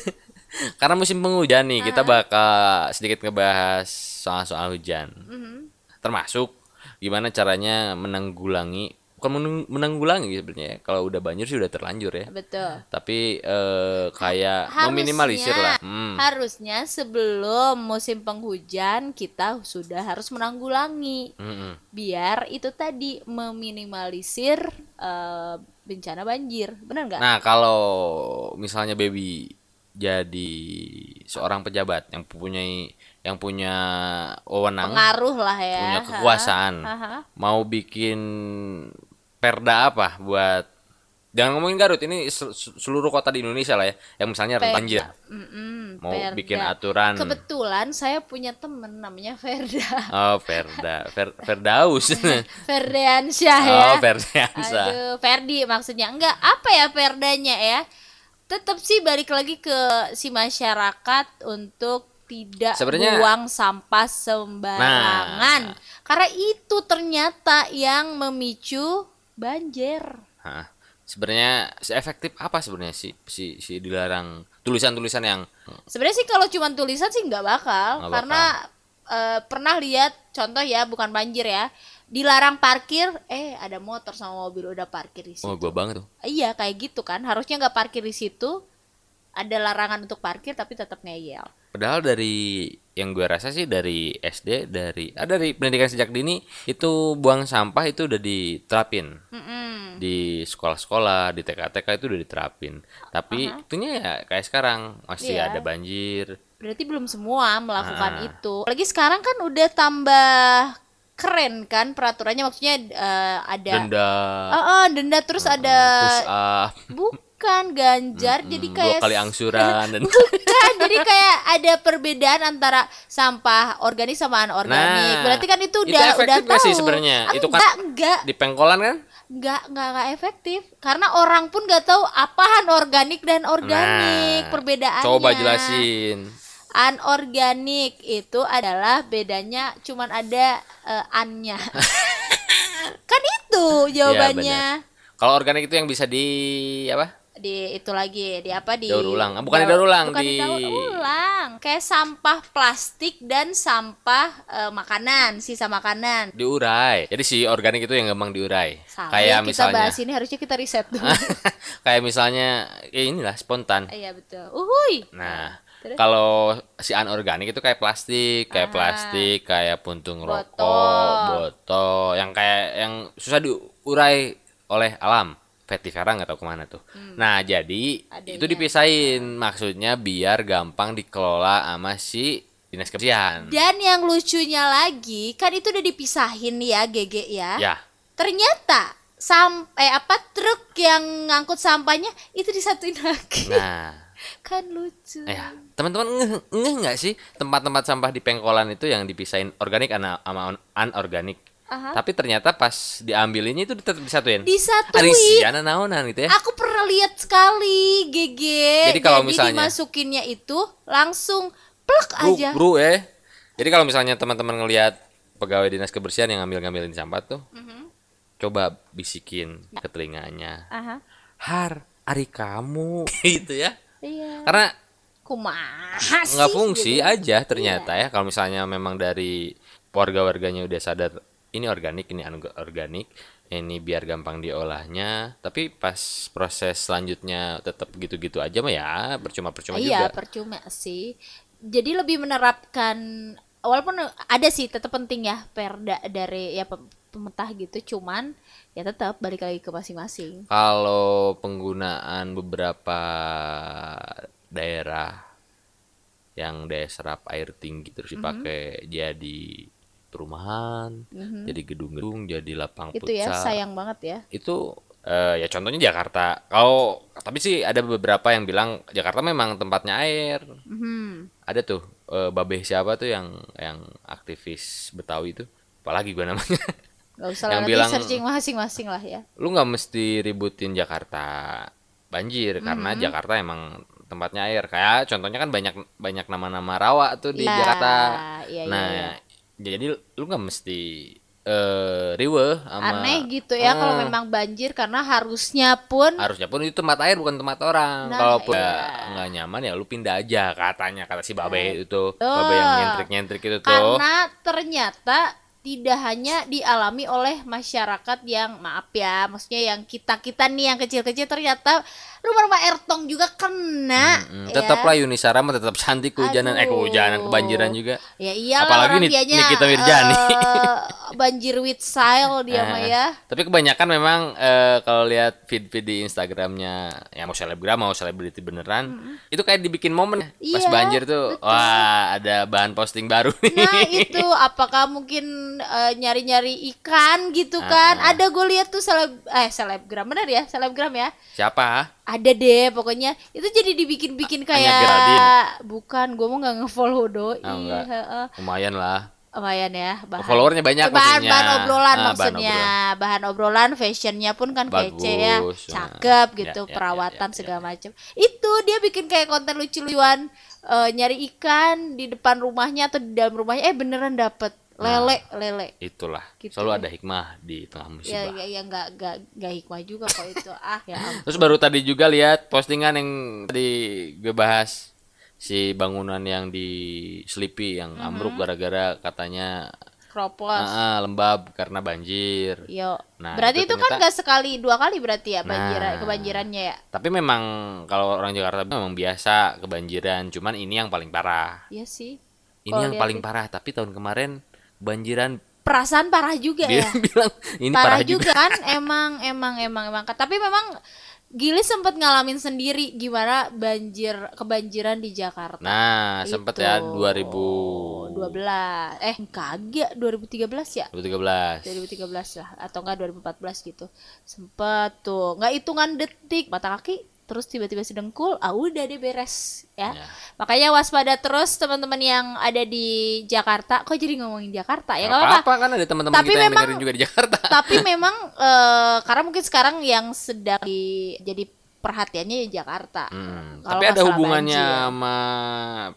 S1: karena musim penghujan nih,
S2: Ah.
S1: kita bakal sedikit ngebahas soal-soal hujan.
S2: Mm-hmm.
S1: Termasuk gimana caranya menanggulangi bukan menung- menanggulangi sebenarnya ya. Kalau udah banjir sih udah terlanjur ya.
S2: Betul.
S1: Tapi eh, kayak
S2: Harusnya-
S1: meminimalisir lah. Hmm.
S2: Harusnya sebelum musim penghujan kita sudah harus menanggulangi
S1: Mm-mm.
S2: biar itu tadi meminimalisir eh, bencana banjir. Benar nggak?
S1: Nah, kalau misalnya baby jadi seorang pejabat yang punya yang punya wewenang,
S2: Pengaruh lah ya.
S1: punya kekuasaan,
S2: Ha, ha.
S1: mau bikin perda apa buat jangan ngomongin Garut, ini sel- seluruh kota di Indonesia lah ya, yang misalnya rentan banjir,
S2: Mm-mm,
S1: mau
S2: Perda.
S1: bikin aturan
S2: Kebetulan saya punya temen namanya Ferda.
S1: Oh, Perda, Fer- Ferdaus.
S2: Ferdiansyah ya.
S1: oh, Ferdiansa.
S2: Aduh, Ferdi maksudnya enggak apa ya perdanya ya? Tetap sih balik lagi ke si masyarakat untuk tidak
S1: Sebenarnya- Nah.
S2: buang sampah sembarangan. Karena itu ternyata yang memicu banjir.
S1: Hah. Sebenarnya seefektif apa sebenarnya si si si dilarang tulisan-tulisan yang
S2: Sebenarnya sih kalau cuma tulisan sih nggak bakal
S1: Nggak
S2: karena eh, pernah lihat contoh ya bukan banjir ya. Dilarang parkir, eh ada motor sama mobil udah parkir di situ.
S1: oh gua banget tuh.
S2: Iya kayak gitu kan harusnya nggak parkir di situ ada larangan untuk parkir tapi tetap ngeyel.
S1: Padahal dari yang gua rasa sih dari SD dari ah, dari pendidikan sejak dini itu buang sampah itu udah diterapin
S2: Mm-mm.
S1: di sekolah-sekolah di TK-TK itu udah diterapin tapi itunya ya kayak sekarang masih
S2: Iya.
S1: ada banjir
S2: Berarti belum semua melakukan
S1: Ah.
S2: itu. Lagi sekarang kan udah tambah keren kan peraturannya maksudnya eh, ada
S1: denda
S2: Oh, oh, denda terus ada
S1: push up
S2: bukan ganjar jadi
S1: mm,
S2: Eh, kayak
S1: dua kali angsuran dan
S2: bukan jadi kayak ada perbedaan antara sampah organik sama anorganik.
S1: Nah,
S2: Berarti kan itu
S1: itu
S2: udah udah
S1: efektif
S2: tahu. Ah,
S1: nggak sih sebenarnya? Itu kan-
S2: Enggak, enggak.
S1: di pengkolan kan
S2: nggak nggak nggak efektif karena orang pun nggak tahu apaan organik dan organik
S1: Nah,
S2: perbedaannya
S1: coba jelasin
S2: anorganik itu adalah bedanya cuman ada eh, annya kan itu
S1: Iya,
S2: jawabannya
S1: Kalau organik itu yang bisa di apa?
S2: di itu lagi di apa di
S1: Daur ulang. Ah, bukan di daur ulang,
S2: bukan di
S1: di-
S2: daur ulang kayak sampah plastik dan sampah eh, makanan sisa makanan
S1: Diurai. Jadi si organik itu yang gampang diurai.
S2: Salah,
S1: kayak
S2: Iya, kita
S1: misalnya
S2: bahas ini harusnya kita riset dulu
S1: kayak misalnya ya inilah spontan.
S2: iya betul uhui
S1: Nah,
S2: Terus? Ah.
S1: kalau si anorganik itu kayak plastik, kayak plastik, kayak puntung rokok,
S2: Botol.
S1: botol, yang kayak yang susah diurai oleh alam. Vetivera nggak tahu kemana tuh.
S2: Hmm.
S1: Nah jadi
S2: Adanya.
S1: itu dipisahin maksudnya biar gampang dikelola sama si dinas kebersihan.
S2: Dan yang lucunya lagi, kan itu udah dipisahin nih ya GG ya.
S1: Ya,
S2: Ternyata sam eh apa truk yang ngangkut sampahnya itu disatuin lagi.
S1: nah.
S2: Kan lucu.
S1: Ya, teman-teman ngeh- ngeh nggak sih tempat-tempat sampah di pengkolan itu yang dipisahin organik ana- sama un- anorganik.
S2: Aha. Iya,
S1: Tapi ternyata pas diambilinnya itu tetap disatuin. Ada
S2: Disatuin.
S1: isian naonan gitu ya.
S2: Aku pernah lihat sekali GG.
S1: Jadi kalau misalnya-
S2: dimasukinnya itu langsung plek
S1: Gru,
S2: aja.
S1: gru ya. Jadi kalau misalnya teman-teman ngelihat pegawai dinas kebersihan yang ngambil-ngambilin sampah tuh,
S2: Mhm.
S1: coba bisikin ke telinganya.
S2: Aha.
S1: Har, ari kamu. gitu ya.
S2: Iya.
S1: Karena
S2: Kumaha sih? Iya.
S1: nggak fungsi aja ternyata ya kalau misalnya memang dari warga-warganya udah sadar ini organik ini anu- organik ini biar gampang diolahnya tapi pas proses selanjutnya tetap gitu-gitu aja mah ya percuma percuma
S2: iya,
S1: juga
S2: percuma sih. Jadi lebih menerapkan walaupun ada sih tetap penting ya perda dari ya pem- pemerintah gitu, cuman ya tetap balik lagi ke masing-masing.
S1: kalau penggunaan beberapa daerah yang daya serap air tinggi
S2: Mhm.
S1: terus dipakai jadi perumahan jadi gedung-gedung jadi lapang
S2: Mhm. Itu ya
S1: futsal.
S2: sayang banget ya.
S1: itu eh, ya contohnya Jakarta. Kalau tapi sih ada beberapa yang bilang Jakarta memang tempatnya air.
S2: Mhm.
S1: Ada tuh eh, Babeh siapa tuh yang yang aktivis Betawi itu. Apalagi gua namanya.
S2: Gak usah lah
S1: Yang
S2: nanti
S1: bilang-
S2: searching masing-masing lah ya.
S1: Lu nggak mesti ributin Jakarta banjir karena Jakarta emang tempatnya air. Kayak contohnya kan banyak banyak nama-nama rawa tuh di
S2: Lah,
S1: Jakarta.
S2: iya, iya,
S1: nah, jadi lu nggak mesti eh riweuh sama
S2: Aneh gitu ya kalau
S1: Eh.
S2: memang banjir karena harusnya pun
S1: harusnya pun itu tempat air bukan tempat orang
S2: Nah,
S1: kalaupun
S2: iya.
S1: nggak- nggak nyaman ya lu pindah aja katanya kata si babe itu
S2: Iya. Betul.
S1: babe yang nyentrik nyentrik itu tuh
S2: karena ternyata tidak hanya dialami oleh masyarakat yang maaf ya maksudnya yang kita kita nih yang kecil-kecil ternyata rumah-rumah ertong juga kena
S1: Hmm,
S2: ya.
S1: tetaplah Yunisara mah tetap cantik kehujanan eh
S2: Aduh.
S1: kehujanan kebanjiran juga
S2: ya iyalah
S1: Apalagi
S2: orang
S1: nih-
S2: dianya,
S1: Nikita Mirzani.
S2: eh, banjir with style dia mah
S1: Eh,
S2: ya
S1: tapi kebanyakan memang eh, kalau lihat feed feed di Instagramnya ya mau selebgram mau selebriti beneran itu kayak dibikin momen pas
S2: Iya,
S1: banjir tuh wah ada bahan posting baru nih
S2: Nah itu apakah mungkin eh, nyari-nyari ikan gitu
S1: Ah,
S2: kan? Ada gue lihat tuh seleb eh selebgram bener ya selebgram ya.
S1: siapa
S2: Ada deh pokoknya itu jadi dibikin-bikin kayak
S1: Geraldine.
S2: bukan gue mau nggak ngefollow doi
S1: Oh, enggak.
S2: heeh.
S1: lumayan lah
S2: lumayan ya bahan
S1: followernya banyak
S2: bahan,
S1: maksudnya.
S2: bahan obrolan
S1: Ah, bahan
S2: maksudnya bahan obrolan fashionnya pun kan kece ya
S1: Bagus. Nah,
S2: cakep
S1: ya,
S2: gitu
S1: ya, ya,
S2: perawatan
S1: ya, ya.
S2: segala macam itu dia bikin kayak konten lucu-lucuan eh, nyari ikan di depan rumahnya atau di dalam rumahnya eh beneran dapet
S1: Nah.
S2: lele lele
S1: itulah
S2: Gitu
S1: selalu
S2: ya.
S1: ada hikmah di tengah musibah
S2: ya ya ya nggak nggak nggak hikmah juga kok itu ah ya ampun.
S1: Terus baru tadi juga lihat postingan yang tadi gue bahas si bangunan yang di Sleepy yang
S2: Mm-hmm.
S1: ambruk gara-gara katanya
S2: kropos
S1: "Ah, ah, lembab karena banjir.
S2: yo
S1: Nah, itu
S2: berarti itu, kan
S1: ternyata-
S2: nggak sekali dua kali berarti ya
S1: Nah.
S2: banjiran kebanjirannya ya
S1: Tapi memang kalau orang Jakarta memang biasa kebanjiran, cuman ini yang paling parah.
S2: Iya sih
S1: Ini
S2: Kalau
S1: yang
S2: lihat
S1: paling
S2: di-
S1: parah, tapi tahun kemarin banjiran
S2: perasaan parah juga ya
S1: bilang ini parah,
S2: parah, juga kan emang emang emang emang tapi memang Gili sempat ngalamin sendiri gimana banjir kebanjiran di Jakarta.
S1: Nah, sempet
S2: Itu.
S1: ya 2000
S2: 12 eh kagak 2013 ya?
S1: 2013.
S2: 2013 lah atau enggak 2014 gitu. Sempet tuh, nggak hitungan detik mata kaki terus tiba-tiba sedengkul, ah udah deh beres ya.
S1: Ya.
S2: Makanya waspada terus teman-teman yang ada di Jakarta. Kok jadi ngomongin Jakarta
S1: Nggak
S2: ya? Nggak apa-apa.
S1: apa-apa kan ada teman-teman
S2: Tapi
S1: kita yang
S2: memang-
S1: dengerin juga di Jakarta.
S2: tapi memang eh, karena mungkin sekarang yang sedang di- jadi perhatiannya ya Jakarta.
S1: Hmm,
S2: Kalau
S1: tapi ada
S2: masalah
S1: hubungannya
S2: banjir.
S1: sama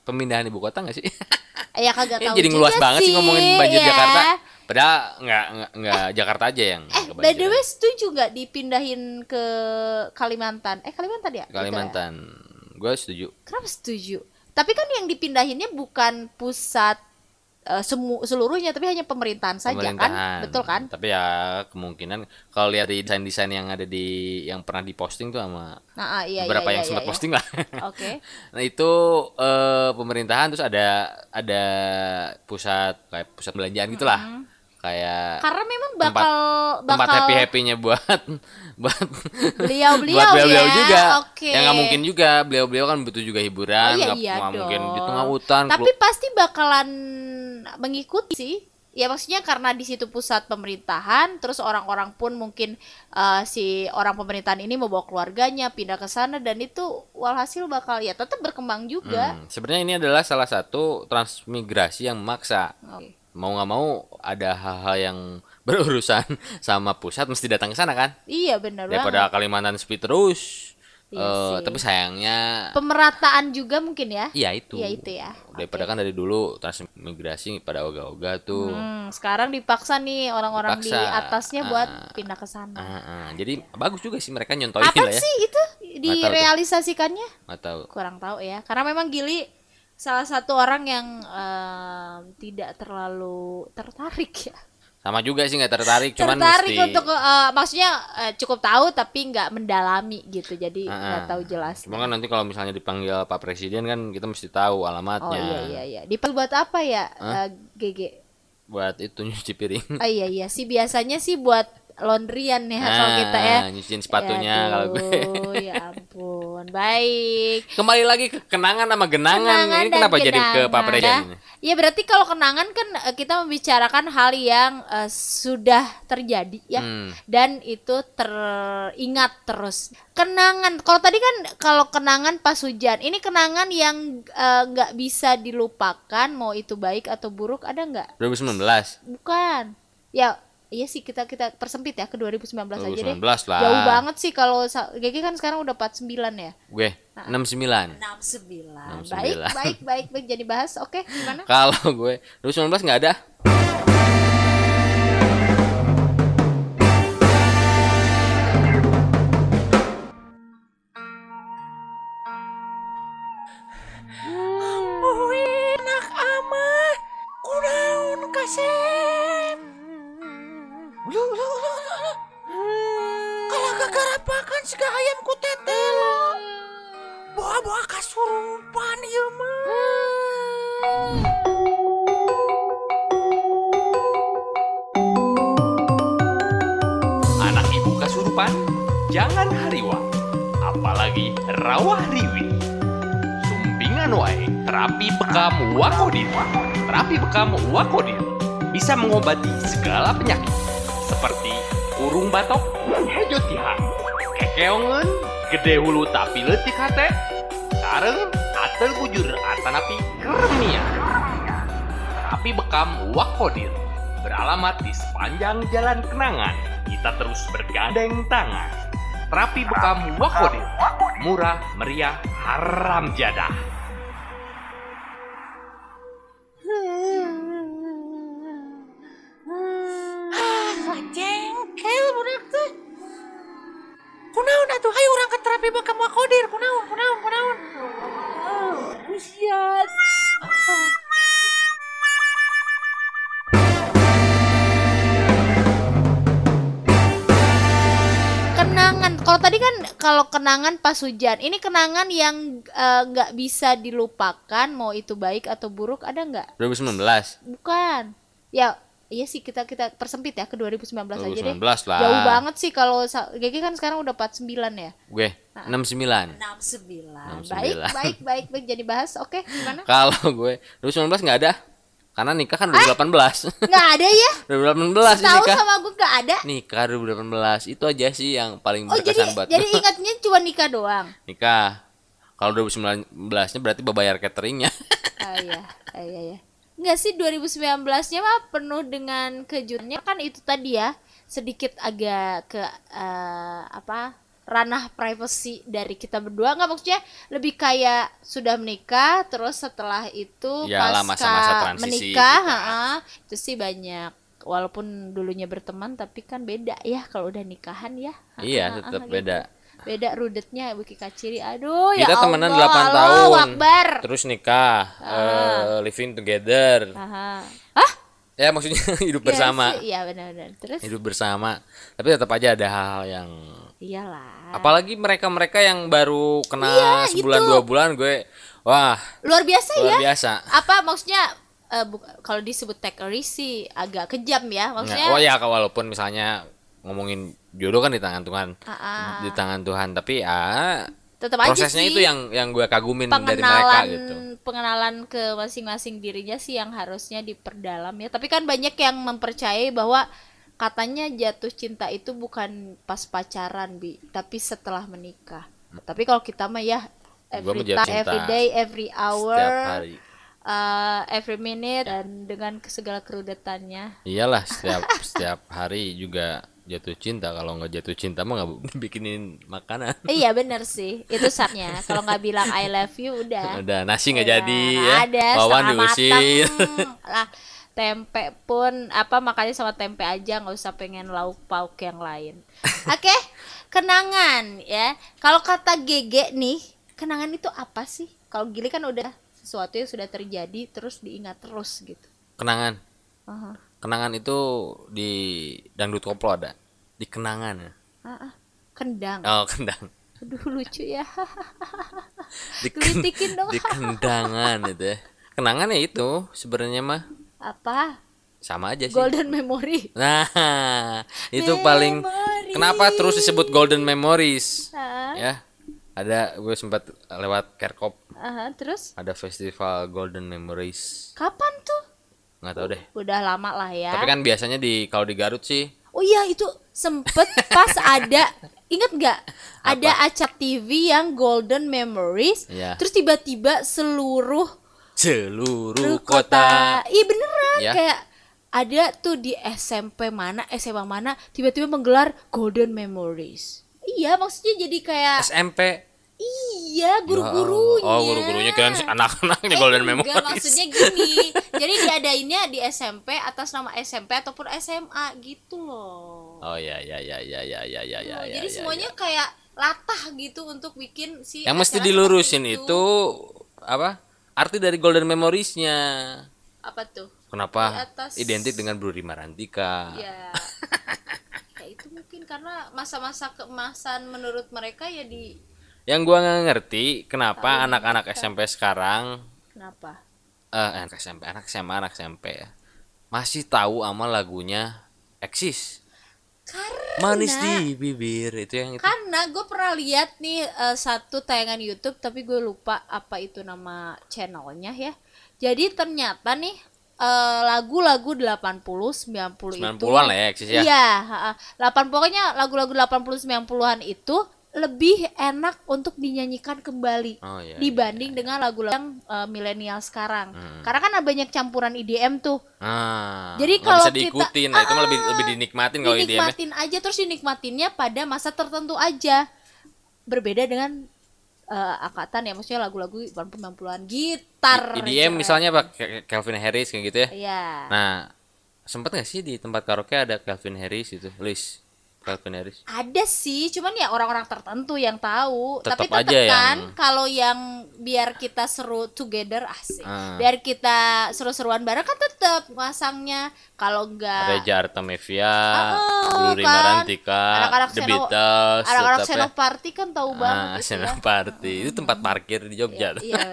S1: pemindahan ibu kota nggak sih?
S2: Eh, ya kagak
S1: Ini
S2: tahu.
S1: jadi ngeluas
S2: juga
S1: banget sih ngomongin banjir
S2: ya.
S1: Jakarta. Padahal nggak nggak nggak Jakarta aja yang
S2: Eh, by the way setuju nggak dipindahin ke Kalimantan? Eh, Kalimantan ya? Gitu ya?
S1: Kalimantan. Gue setuju.
S2: Kenapa setuju? Tapi kan yang dipindahinnya bukan pusat eh, semu seluruhnya tapi hanya pemerintahan saja kan
S1: pemerintahan.
S2: betul kan
S1: Tapi ya kemungkinan kalau lihat di desain-desain yang ada di yang pernah diposting tuh sama
S2: nah ah, iya iya,
S1: beberapa yang
S2: iya, iya,
S1: sempat
S2: iya.
S1: posting lah.
S2: oke
S1: nah itu eh, pemerintahan terus ada ada pusat kayak pusat belanjaan gitulah.
S2: Mm-hmm.
S1: Kayak
S2: karena memang
S1: Tempat-
S2: bakal
S1: tempat
S2: bakal
S1: happy happynya buat buat
S2: Beliau-beliau
S1: buat beliau-beliau
S2: ya,
S1: juga
S2: oke.
S1: yang nggak mungkin juga beliau-beliau kan butuh juga hiburan
S2: Oh, iya,
S1: nggak
S2: iya
S1: nggak mungkin di
S2: dong.
S1: tengah hutan
S2: Tapi
S1: kelu-
S2: pasti bakalan mengikuti sih. Ya maksudnya karena di situ pusat pemerintahan, terus orang-orang pun mungkin eh, si orang pemerintahan ini mau bawa keluarganya pindah ke sana dan itu walhasil bakal ya tetap berkembang juga.
S1: Hmm, sebenarnya ini adalah salah satu transmigrasi yang memaksa
S2: Oke.
S1: mau nggak mau ada hal-hal yang berurusan sama pusat mesti datang ke sana kan
S2: Iya benar banget.
S1: daripada Kalimantan sepi terus
S2: Iya
S1: Eh,
S2: sih.
S1: tapi sayangnya
S2: Pemerataan juga mungkin ya.
S1: Iya itu.
S2: Iya, itu ya.
S1: Daripada kan dari dulu transmigrasi pada oga-oga tuh.
S2: Hmm, sekarang dipaksa nih orang-orang di
S1: Dipaksa.
S2: atasnya buat
S1: Ah.
S2: pindah ke sana.
S1: Ah, ah. Jadi bagus juga sih mereka nyontohin lah
S2: Kapan
S1: ya.
S2: sih itu
S1: Nggak tahu tuh.
S2: direalisasikannya?
S1: Nggak tahu.
S2: kurang tahu ya karena memang Gili salah satu orang yang em, tidak terlalu tertarik ya
S1: Sama juga sih nggak tertarik, cuman
S2: tertarik
S1: mesti
S2: untuk eh, maksudnya eh, cukup tahu tapi nggak mendalami gitu jadi
S1: Ah, ah.
S2: nggak tahu jelas
S1: Cuma kan nanti kalau misalnya dipanggil Pak Presiden kan kita mesti tahu alamatnya.
S2: oh iya iya iya dipanggil buat apa ya eh, GG
S1: Buat itu nyuci piring.
S2: ah iya iya sih biasanya sih buat laundryan ya kalau
S1: Ah,
S2: kita ya
S1: nyuciin sepatunya
S2: Ya,
S1: kalau gue.
S2: aduh, ya ampun baik
S1: Kembali lagi ke kenangan sama genangan. Ini
S2: dan
S1: kenapa jadi ke Pak
S2: kenangan.
S1: Presiden? ini?
S2: Ya berarti kalau kenangan kan eh, kita membicarakan hal yang eh, sudah terjadi ya.
S1: Hmm.
S2: Dan itu teringat terus. Kenangan. Kalau tadi kan kalau kenangan pas hujan, ini kenangan yang eh, nggak bisa dilupakan, mau itu baik atau buruk ada nggak?
S1: 2019.
S2: Bukan. Ya Iya sih kita kita persempit ya ke 2019, aja deh.
S1: 2019 lah.
S2: Jauh banget sih kalau sa- GG kan sekarang udah 49 ya.
S1: Gue 69.
S2: 69.
S1: 69.
S2: Baik, baik, baik, baik jadi bahas. Oke, gimana?
S1: Kalau gue 2019 nggak ada.
S3: enak amat kunaon kasep lu lu lu kalau kagarapakan siga ayam ku tetel bawa-bawa kasurupan ieu mah
S4: Anak ibu kasurupan, jangan hariwa, apalagi rawah riwi. Sumpingan wae, terapi bekam wakodil. Terapi bekam wakodil bisa mengobati segala penyakit seperti kurung batok, hejo tihang, kekeongan, gede hulu tapi letik hate, sareng atel bujur atanapi keremia. Terapi bekam wakodil beralamat di sepanjang jalan kenangan. Kita terus bergandeng tangan. Terapi bekam wakodil murah, meriah, haram jadah.
S3: Ah, jengkel budak teh. Kunaon atuh? Hayu urang ke terapi bakam wakodir. Kunaon, kunaon, kunaon. Usian.
S2: Kenangan. Kalau tadi kan kalau kenangan pas hujan, ini kenangan yang eh, nggak bisa dilupakan, mau itu baik atau buruk ada nggak?
S1: 2019.
S2: Bukan. Ya Iya sih kita kita persempit ya ke 2019, aja deh.
S1: 2019 lah.
S2: Jauh banget sih kalau sa- GG kan sekarang udah 49 ya.
S1: Gue
S3: Nah.
S1: 69.
S2: 69.
S1: 69.
S2: Baik, baik, baik, baik jadi bahas. Oke, gimana?
S1: Kalau gue 2019 nggak ada. Karena nikah kan 2018.
S2: Nggak ada ya?
S1: 2018 ini
S2: Tahu
S1: nikah.
S2: sama gue nggak ada.
S1: Nikah 2018 itu aja sih yang paling
S2: Oh jadi
S1: berkesan buat
S2: jadi ingatnya cuma nikah doang.
S1: nikah. Kalau 2019-nya berarti bayar cateringnya.
S2: Ah iya, ah, iya, iya. Enggak sih 2019-nya mah penuh dengan kejutannya kan itu tadi ya. Sedikit agak ke eh, apa? ranah privacy dari kita berdua nggak maksudnya lebih kayak sudah menikah terus setelah itu
S1: Ya lah, masa-masa transisi
S2: menikah
S1: gitu kan.
S2: ha-ha, itu sih banyak walaupun dulunya berteman tapi kan beda ya kalau udah nikahan ya
S1: iya,
S2: Ha-ha,
S1: tetap
S2: gitu.
S1: beda.
S2: beda rudetnya Buki Kaciri aduh ya
S1: kita temenan 8
S2: Allah, Allahu
S1: tahun
S2: Akbar Ah.
S1: terus nikah eh, living together
S2: Aha. Hah?
S1: ya maksudnya hidup
S2: Iya
S1: bersama
S2: sih, Iya benar-benar. Terus
S1: hidup bersama tapi tetap aja ada hal yang
S2: iyalah.
S1: apalagi mereka-mereka yang baru kenal
S2: Ah. Iya,
S1: sebulan
S2: itu.
S1: dua bulan gue wah
S2: Luar biasa
S1: luar
S2: ya.
S1: biasa
S2: Apa maksudnya eh, bu- kalau disebut teori sih agak kejam ya maksudnya.
S1: Nah, oh ya walaupun misalnya ngomongin jodoh kan di tangan Tuhan
S2: Ah, ah.
S1: di tangan Tuhan tapi ya
S2: Tetap aja
S1: prosesnya
S2: sih,
S1: itu yang yang gue kagumin dari mereka
S2: pengenalan
S1: gitu
S2: pengenalan ke masing-masing dirinya sih yang harusnya diperdalam ya. Tapi kan banyak yang mempercayai bahwa katanya jatuh cinta itu bukan pas pacaran bi, tapi setelah menikah. Tapi kalau kita mah ya
S1: Gua
S2: every
S1: mah jatuh
S2: time, every
S1: cinta
S2: day, every hour,
S1: setiap hari
S2: uh, every minute dan dengan ke- segala kerudetannya.
S1: iyalah setiap setiap hari juga jatuh cinta kalau nggak jatuh cinta mah nggak bikinin makanan
S2: Eh, Iya bener sih, itu saatnya. Kalau nggak bilang I love you udah.
S1: udah nasi nggak
S2: Ya,
S1: jadi ya
S2: Ada
S1: wawan
S2: setengah
S1: diusir
S2: matang. lah tempe pun apa makanya sama tempe aja nggak usah pengen lauk pauk yang lain. Oke, kenangan ya. Kalau kata Gege nih, kenangan itu apa sih? Kalau Gili kan udah sesuatu yang sudah terjadi terus diingat terus gitu.
S1: kenangan
S2: Aha.
S1: kenangan itu di dangdut koplo ada di kenangan
S2: Ah, ah. Kendang.
S1: oh kendang
S2: Aduh lucu ya.
S1: di,
S2: Gelitikin dong.
S1: di kendangan itu ya kenangan ya itu sebenarnya mah
S2: apa?
S1: sama aja sih
S2: Golden memory.
S1: nah itu paling kenapa terus disebut golden memories
S2: Ah.
S1: ya ada gue sempat lewat Kerkop
S2: Aha, terus
S1: ada festival golden memories
S2: kapan tuh?
S1: nggak tahu deh
S2: Udah lama lah ya.
S1: tapi kan biasanya di kalau di Garut sih
S2: Oh iya itu sempet pas ada ingat nggak ada acara TV yang Golden Memories
S1: Iya.
S2: terus tiba-tiba seluruh
S1: seluruh
S2: kota
S1: kota
S2: iya beneran
S1: Iya.
S2: kayak ada tuh di SMP mana SMA mana tiba-tiba menggelar Golden Memories iya maksudnya jadi kayak
S1: SMP
S2: iya guru-gurunya
S1: Ya oh guru-gurunya kirain si anak-anak di
S2: Eh,
S1: golden
S2: enggak,
S1: memories
S2: maksudnya gitu. gini jadi diadainnya di SMP atas nama SMP ataupun SMA gitu loh
S1: oh ya ya ya ya ya ya ya ya
S2: Oh,
S1: ya,
S2: jadi
S1: ya,
S2: semuanya kayak latah gitu untuk bikin si
S1: ya. yang mesti
S2: acara
S1: dilurusin
S2: seperti
S1: itu. apa arti dari golden memoriesnya
S2: apa tuh Di
S1: kenapa
S2: atas.
S1: identik dengan Bruri Marantika
S2: ya ya itu mungkin karena masa-masa keemasan menurut mereka ya di
S1: yang gua nggak ngerti kenapa anak-anak SMP sekarang
S2: kenapa
S1: eh anak SMP anak SMA anak SMP ya masih tahu sama lagunya eksis
S2: karena
S1: manis di bibir itu yang itu
S2: karena gue pernah lihat nih eh, satu tayangan YouTube tapi gue lupa apa itu nama channelnya ya jadi ternyata nih eh, lagu-lagu 80 90 itu
S1: 90-an lah ya eksis ya
S2: Iya, heeh. 8 pokoknya lagu-lagu 80 90-an itu lebih enak untuk dinyanyikan kembali
S1: Oh, iya, Hmm.
S2: dibanding dengan lagu-lagu yang eh, milenial sekarang. Karena kan ada banyak campuran IDM tuh.
S1: Ah,
S2: Jadi
S1: nggak
S2: kalau
S1: bisa diikutin nah, itu mah lebih
S2: Ah,
S1: lebih dinikmatin kalau IDM -nya.
S2: dinikmatin aja terus dinikmatinnya pada masa tertentu aja. Berbeda dengan eh, akatan ya maksudnya lagu-lagu 80-90-an gitar.
S1: IDM
S2: coy.
S1: misalnya pak Ke- Calvin Harris kayak gitu ya.
S2: Iya.
S1: Nah, sempat nggak sih di tempat karaoke ada Calvin Harris itu, Liz? Calvin Harris.
S2: Ada sih, cuman ya orang-orang tertentu yang tahu.
S1: Tetep
S2: Tapi tetap
S1: aja
S2: kan
S1: yang-
S2: kalau yang biar kita seru together asik.
S1: Ah.
S2: Biar kita seru-seruan bareng kan tetap masangnya. Kalau enggak
S1: Reja Artamevia,
S2: Iya. Oh,
S1: Ruri
S2: kan.
S1: Marantika,
S2: Anak-anak
S1: The
S2: Xeno-
S1: Beatles,
S2: anak-anak
S1: tetap ya.
S2: senoparty kan tahu banget
S1: Ah,
S2: gitu
S1: Senopati. Itu tempat parkir di
S2: ya.
S1: Jogja. tuh.
S2: Iya,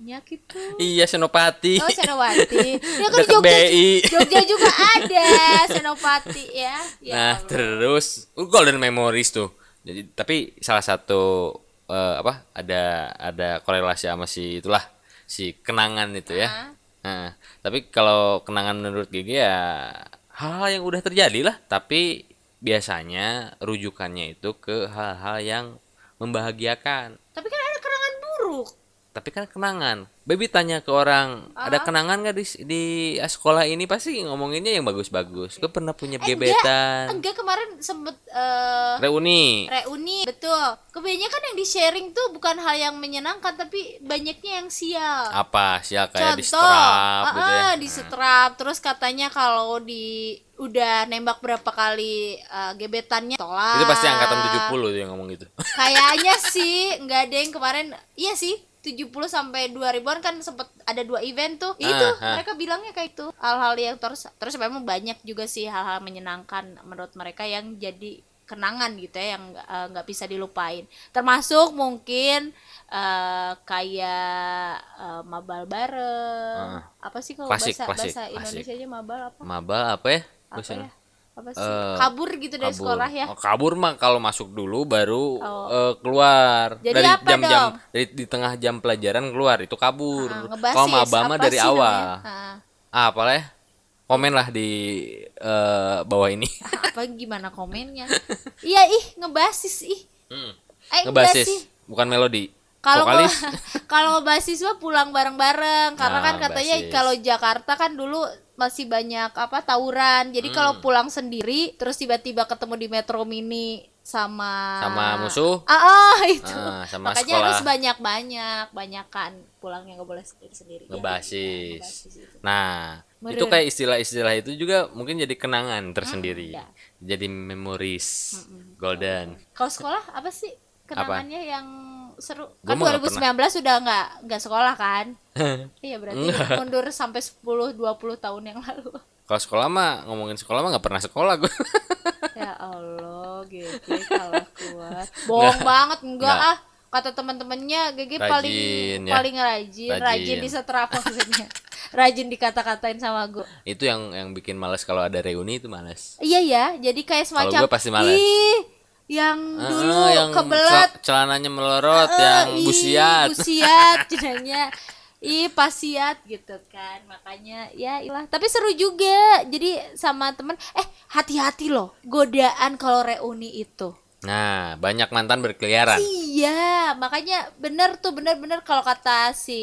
S2: iya, gitu.
S1: Iya, Senopati.
S2: Oh, Senopati. Ya kan
S1: Deket
S2: Jogja,
S1: BI.
S2: Jogja juga ada Senopati ya. Ya
S1: nah,
S2: Allah.
S1: terus uh, Golden Memories tuh. Jadi tapi salah satu eh, apa? Ada ada korelasi sama si itulah si kenangan itu ya. Nah, tapi kalau kenangan menurut Gigi ya hal yang udah terjadi lah, tapi biasanya rujukannya itu ke hal-hal yang membahagiakan.
S2: Tapi kan ada kenangan buruk.
S1: Tapi kan kenangan. Baby tanya ke orang,
S2: Oh.
S1: ada kenangan gak di di eh, sekolah ini pasti ngomonginnya yang bagus-bagus. Gue pernah punya
S2: Eh,
S1: gebetan.
S2: Enggak, enggak kemarin sempet eh,
S1: Reuni.
S2: reuni betul kebanyakan yang di sharing tuh bukan hal yang menyenangkan tapi banyaknya yang sial
S1: apa sih ya, kayak
S2: contoh
S1: di strap gitu ya
S2: ah, ah, di setrap terus katanya kalau di udah nembak berapa kali eh, gebetannya tolak
S1: Itu pasti angkatan 70 tuh yang ngomong gitu.
S2: kayaknya sih nggak ada yang kemarin iya sih 70 sampai 2000-an kan sempet ada dua event tuh. Itu
S1: ah.
S2: mereka bilangnya kayak itu. Hal-hal yang terus terus memang banyak juga sih hal-hal menyenangkan menurut mereka yang jadi kenangan gitu ya yang eh, nggak bisa dilupain. Termasuk mungkin eh, kayak eh, mabal bareng.
S1: Ah.
S2: Apa sih kalau
S1: Klasik,
S2: bahasa
S1: klasik,
S2: bahasa
S1: klasik.
S2: Indonesia aja mabal apa?
S1: Maba apa ya?
S2: Apa
S1: Bahasa-
S2: ya? Apa sih?
S1: Eh,
S2: kabur gitu dari
S1: kabur.
S2: sekolah ya.
S1: Oh, kabur mah kalau masuk dulu baru
S2: Oh.
S1: eh, keluar
S2: Jadi
S1: dari
S2: apa
S1: jam-jam
S2: dong?
S1: dari di tengah jam pelajaran keluar itu kabur. kalau
S2: Ah, ngebasis,
S1: maba mah
S2: apa
S1: dari
S2: sih namanya?
S1: awal.
S2: Ah.
S1: Ah, apalah ya? Komen lah di eh, bawah ini.
S2: apa gimana komennya iya ih ngebasis ih
S1: Hmm.
S2: eh enggak
S1: Ngebasis,
S2: sih
S1: bukan melodi.
S2: kalau
S1: Vokalis.
S2: kalau ngebasis mah pulang bareng-bareng karena
S1: Nah,
S2: kan katanya
S1: ngebasis.
S2: kalau Jakarta kan dulu masih banyak apa tawuran
S1: Hmm.
S2: jadi kalau pulang sendiri terus tiba-tiba ketemu di Metro Mini sama
S1: Sama musuh.
S2: ah, ah, itu
S1: Ah, sama
S2: makanya
S1: sekolah.
S2: harus banyak-banyak banyakan pulangnya nggak boleh sendiri sendiri
S1: Ngebasis. Nah, itu
S2: iya, Meren.
S1: kayak istilah-istilah itu juga mungkin jadi kenangan tersendiri.
S2: dah.
S1: jadi memories golden.
S2: Kalau sekolah apa sih kenangannya yang seru?
S1: Gua
S2: Kan
S1: mah nggak
S2: 2019 sudah nggak nggak sekolah kan? iya berarti mundur sampai 10 20 tahun yang lalu.
S1: Kalau sekolah mah ngomongin sekolah mah nggak pernah sekolah gue.
S2: ya Allah, GG kalah kuat. Bohong banget enggak
S1: Nggak.
S2: ah. Kata teman-temannya GG paling
S1: Rajin, ya.
S2: paling rajin, rajin,
S1: Rajin.
S2: di setrap maksudnya. rajin dikata-katain sama gue.
S1: itu yang yang bikin males kalau ada reuni itu males.
S2: Iya ya, jadi kayak
S1: Kalau
S2: semacam
S1: gua pasti males.
S2: Ih, yang dulu
S1: Eh, yang
S2: kebelet
S1: cel- celananya melorot,
S2: Eh,
S1: yang
S2: ih,
S1: busiat.
S2: busiat jenanya ih pasiat gitu kan makanya ya ilah tapi seru juga jadi sama temen eh hati-hati loh godaan kalau reuni itu
S1: Nah, banyak mantan berkeliaran.
S2: iya makanya bener tuh bener-bener kalau kata si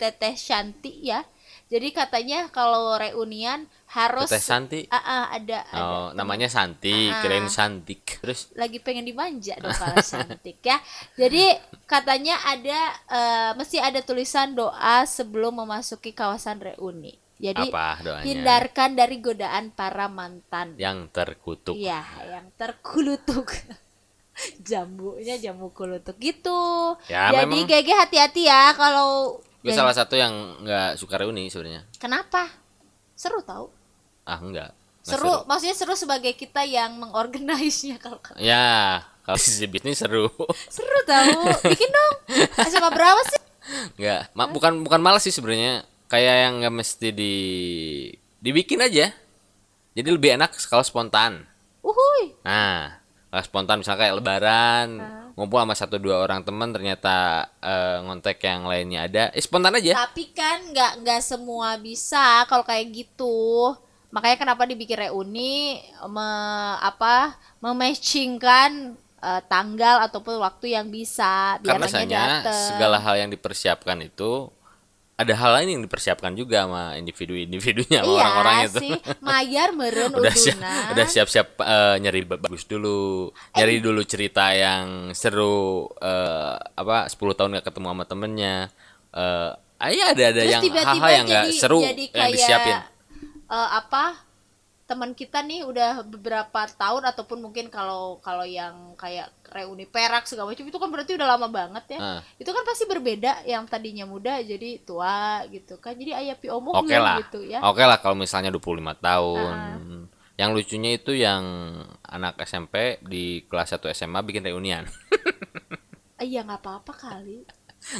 S2: teteh Shanti ya jadi katanya kalau reunian harus
S1: Teteh Santi.
S2: Ah, ah, ada ada
S1: Oh, namanya Santi,
S2: Ah.
S1: kirain Santik. Terus
S2: lagi pengen dimanja dong kalau cantik ya. Jadi katanya ada eh, mesti ada tulisan doa sebelum memasuki kawasan reuni. Jadi
S1: apa doanya? Ya,
S2: hindarkan dari godaan para mantan.
S1: Yang terkutuk.
S2: Iya, yang terkulutuk. Jambunya jambu kulutuk gitu.
S1: Ya,
S2: Jadi
S1: memang.
S2: GG hati-hati ya kalau
S1: Gue
S2: dan-
S1: salah satu yang nggak suka reuni sebenarnya.
S2: Kenapa? Seru tau
S1: Ah, enggak. Nggak
S2: Seru, maksudnya seru sebagai kita yang mengorganisnya kalau
S1: Ya, kalau sisi bisnis seru.
S2: seru tau bikin dong SMA berapa sih
S1: Enggak, ma- bukan bukan malas sih sebenarnya. Kayak yang nggak mesti di dibikin aja. Jadi lebih enak kalau spontan.
S2: uhuy
S1: Nah, kalau spontan misalnya kayak lebaran, ngumpul sama satu dua orang teman ternyata eh, ngontek yang lainnya ada. Eh spontan aja.
S2: Tapi kan nggak nggak semua bisa kalau kayak gitu. Makanya kenapa dibikin reuni me- apa mematchingkan eh, tanggal ataupun waktu yang bisa
S1: Karena
S2: biar orangnya
S1: biasanya
S2: dateng.
S1: segala hal yang dipersiapkan itu ada hal lain yang dipersiapkan juga sama individu-individunya sama
S2: iya
S1: orang-orang itu.
S2: sih, mayar meren
S1: udah siap
S2: udunan.
S1: udah siap-siap eh, nyari ba- bagus dulu nyari dulu cerita yang seru eh, apa 10 tahun gak ketemu sama temennya eh ah, iya ada ada
S2: Terus
S1: yang
S2: tiba-tiba
S1: hal-hal yang gak
S2: jadi-
S1: seru
S2: jadi
S1: yang
S2: kayak,
S1: disiapin
S2: eh, apa teman kita nih udah beberapa tahun ataupun mungkin kalau kalau yang kayak reuni perak segala macam itu kan berarti udah lama banget ya
S1: Heeh.
S2: itu kan pasti berbeda yang tadinya muda jadi tua gitu kan jadi ayah pi omong
S1: oke lah
S2: gitu ya
S1: oke lah kalau misalnya 25 tahun yang lucunya itu yang anak SMP di kelas 1 SMA bikin reunian
S2: iya nggak apa-apa kali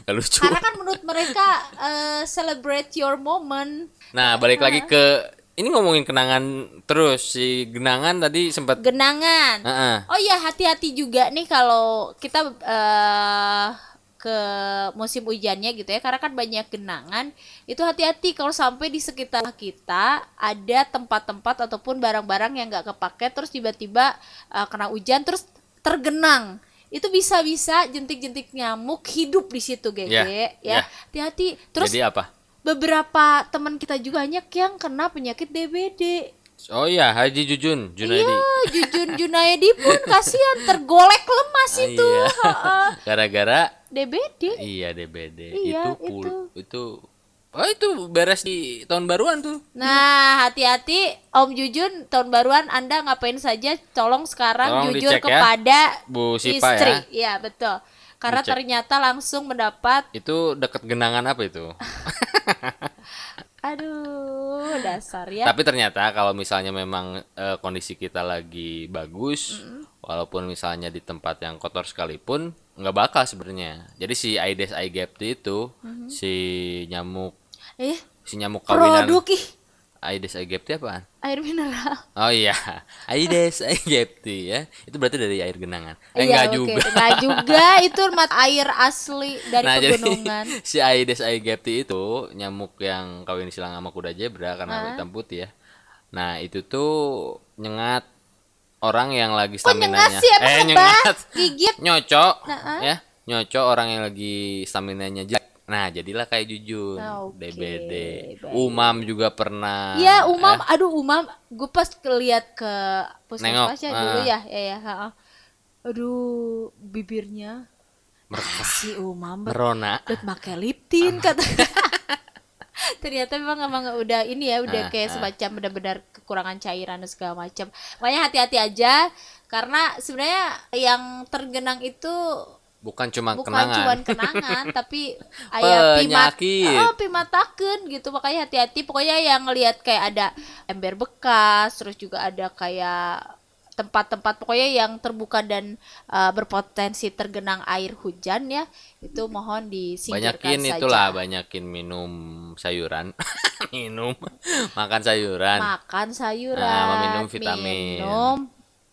S1: gak lucu
S2: karena kan menurut mereka eh, celebrate your moment
S1: nah balik lagi ke ini ngomongin kenangan terus si genangan tadi sempat
S2: genangan
S1: Heeh.
S2: Oh iya hati-hati juga nih kalau kita eh ke musim hujannya gitu ya karena kan banyak genangan itu hati-hati kalau sampai di sekitar kita ada tempat-tempat ataupun barang-barang yang nggak kepake terus tiba-tiba eh, kena hujan terus tergenang itu bisa-bisa jentik-jentik nyamuk hidup di situ GG
S1: Ya,
S2: ya
S1: ya.
S2: hati-hati terus
S1: jadi ya apa
S2: beberapa teman kita juga banyak yang kena penyakit DBD
S1: Oh iya, Haji Jujun, Junaidi.
S2: Iya, Jujun Junaidi pun kasihan tergolek lemas
S1: Ah,
S2: itu.
S1: iya.
S2: Heeh.
S1: Gara-gara
S2: DBD.
S1: iya DBD
S2: Iya,
S1: itu pul- itu Oh itu beres di tahun baruan tuh.
S2: Nah, hati-hati Om Jujun tahun baruan Anda ngapain saja tolong sekarang
S1: Tolong
S2: jujur
S1: dicek ya,
S2: kepada
S1: Bu Sipa ya.
S2: istri. Iya, betul. Karena
S1: Dicek.
S2: ternyata langsung mendapat
S1: Itu deket genangan apa itu?
S2: aduh, dasar ya.
S1: Tapi ternyata kalau misalnya memang eh, kondisi kita lagi bagus, walaupun misalnya di tempat yang kotor sekalipun, nggak bakal sebenarnya. Jadi si Aedes aegypti itu
S2: Mm-hmm.
S1: si nyamuk
S2: eh,
S1: si nyamuk kawinan
S2: produk ih,
S1: Aedes aegypti apaan?
S2: air mineral.
S1: Oh iya, Aedes aegypti ya. Itu berarti dari air genangan. Eh,
S2: Iya,
S1: enggak
S2: oke.
S1: juga.
S2: Enggak juga itu mat air asli dari
S1: nah,
S2: pegunungan.
S1: jadi si Aedes aegypti itu nyamuk yang kawin silang sama kuda zebra karena hitam putih ya. Nah, itu tuh nyengat orang yang lagi
S2: Kok nyengat
S1: stamina-nya.
S2: sih emang
S1: eh,
S2: lebah?
S1: nyengat.
S2: Gigit.
S1: Nyocok.
S2: Nah, ah.
S1: Ya, nyocok orang yang lagi stamina-nya jelek. Nah, jadilah kayak jujur
S2: Ah, oke.
S1: DBD.
S2: Baik.
S1: Umam juga pernah.
S2: Ya Umam,
S1: eh,
S2: aduh Umam, gue pas lihat ke puskesmas
S1: Nengok,
S2: ya dulu
S1: ah.
S2: ya, ya ya. ha, ah. Aduh bibirnya
S1: merah,
S2: si Umam ber-
S1: merona.
S2: udah pakai lip tint
S1: Ah.
S2: kata. Ternyata memang emang udah ini ya
S1: Ah,
S2: udah
S1: ah.
S2: kayak semacam benar-benar kekurangan cairan dan segala macam. Makanya hati-hati aja karena sebenarnya yang tergenang itu
S1: Bukan cuma
S2: bukan
S1: kenangan.
S2: cuman kenangan tapi ayah pimat
S1: Penyakit.
S2: oh, pimatakeun gitu makanya hati-hati pokoknya yang ngelihat kayak ada ember bekas terus juga ada kayak tempat-tempat pokoknya yang terbuka dan uh, berpotensi tergenang air hujan ya itu mohon disingkirkan
S1: banyakin
S2: saja
S1: itulah banyakin minum sayuran minum makan sayuran
S2: makan sayuran
S1: Nah, meminum vitamin.
S2: minum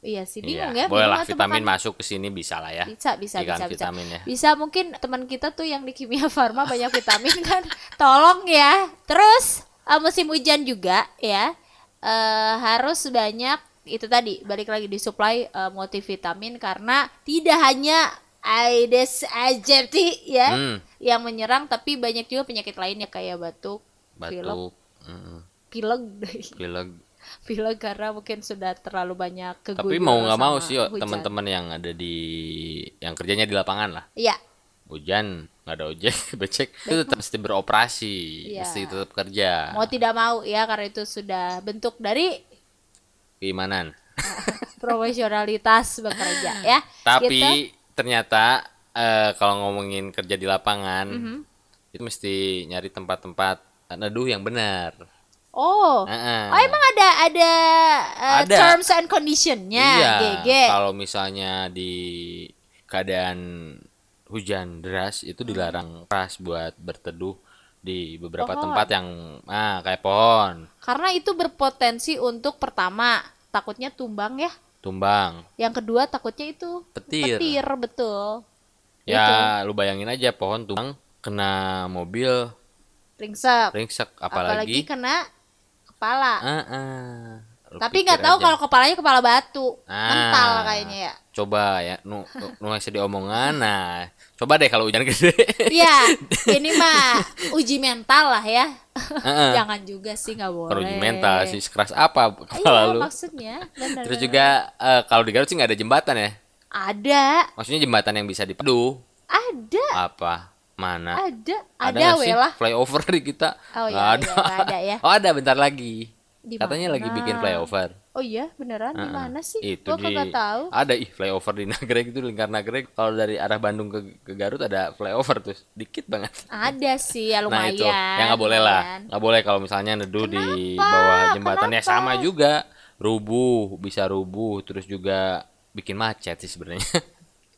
S2: iya
S1: Iya,
S2: sih bingung ya minum
S1: bolehlah
S2: atau
S1: vitamin
S2: makan?
S1: masuk ke sini bisa lah ya
S2: bisa bisa
S1: Ikan
S2: bisa bisa
S1: vitamin ya.
S2: bisa mungkin teman kita tuh yang di kimia farma banyak vitamin kan tolong ya terus eh, musim hujan juga ya eh, harus banyak itu tadi balik lagi disuplai eh, multivitamin karena tidak hanya Aedes aegypti ya
S1: Hmm.
S2: yang menyerang tapi banyak juga penyakit lainnya kayak batuk, pilek
S1: batuk mm,
S2: pilek
S1: pilek
S2: pilek karena mungkin sudah terlalu banyak keguyur
S1: tapi mau nggak mau
S2: sama
S1: sih
S2: hujan.
S1: teman-teman yang ada di yang kerjanya di lapangan lah
S2: Iya,
S1: hujan nggak ada ojek becek itu tetap mesti beroperasi
S2: Iya.
S1: mesti tetap kerja
S2: mau tidak mau ya karena itu sudah bentuk dari
S1: keimanan
S2: profesionalitas bekerja ya. Gitu.
S1: Tapi ternyata eh, kalau ngomongin kerja di lapangan
S2: Mm-hmm.
S1: itu mesti nyari tempat-tempat neduh yang benar.
S2: oh,
S1: Heeh.
S2: oh emang ada ada, eh,
S1: Ah. Ada.
S2: terms and conditionnya,
S1: iya.
S2: GG.
S1: Kalau misalnya di keadaan hujan deras
S2: Hmm.
S1: itu dilarang keras buat berteduh di beberapa
S2: Pohon.
S1: tempat yang ah kayak pohon,
S2: Karena itu berpotensi untuk pertama takutnya tumbang ya,
S1: tumbang,
S2: yang kedua takutnya itu
S1: petir.
S2: betul,
S1: Ya,
S2: Gitu.
S1: lu bayangin aja pohon tumbang kena mobil
S2: ringsek,
S1: ringsek
S2: apalagi,
S1: apalagi,
S2: kena kepala.
S1: Ah, ah. Lu pikir
S2: Tapi nggak tahu
S1: aja.
S2: kalau kepalanya kepala batu,
S1: Ah.
S2: mental kayaknya ya.
S1: coba ya nu nu, nu masih di omongan nah coba deh kalau hujan gede
S2: Iya, ini mah uji mental lah ya.
S1: Heeh.
S2: Jangan juga sih nggak boleh.
S1: Kalau uji mental sih sekeras apa
S2: Iya,
S1: kepala lu
S2: maksudnya. benar,
S1: terus
S2: benar.
S1: juga eh, kalau di Garut sih nggak ada jembatan ya
S2: ada,
S1: maksudnya jembatan yang bisa dipadu
S2: ada,
S1: apa mana
S2: ada, ada,
S1: Nah, nggak sih
S2: welah.
S1: flyover di kita
S2: Oh, iya,
S1: Nggak
S2: iya, nggak ada ya.
S1: oh ada bentar lagi
S2: Di
S1: katanya lagi
S2: mana?
S1: bikin flyover
S2: Oh iya, beneran di
S1: Heeh.
S2: mana sih?
S1: itu
S2: Gua
S1: di
S2: kagak tahu.
S1: ada ih flyover di Nagreg itu lingkar Nagreg kalau dari arah Bandung ke, ke Garut ada flyover tuh dikit banget
S2: Ada sih, ya
S1: Nah
S2: lumayan.
S1: itu yang nggak boleh lah,
S2: lumayan.
S1: nggak boleh kalau misalnya neduh di
S2: Kenapa?
S1: bawah jembatan ya
S2: Kenapa?
S1: sama juga rubuh, bisa rubuh, terus juga bikin macet sih sebenarnya.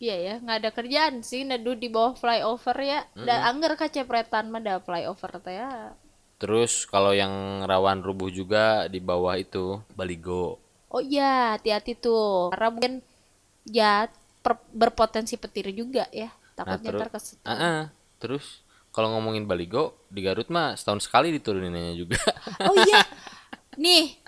S2: Iya ya, nggak ada kerjaan sih neduh di bawah flyover ya. Dan anggar kacepretan mah ada flyover teh ya.
S1: terus kalau yang rawan rubuh juga di bawah itu baligo.
S2: Oh iya, hati-hati tuh. Karena mungkin ya per- berpotensi petir juga ya.
S1: Nah
S2: Takutnya
S1: terus,
S2: terkeset.
S1: Ah, ah. terus kalau ngomongin baligo di Garut mah setahun sekali dituruninnya juga.
S2: Oh iya. Nih,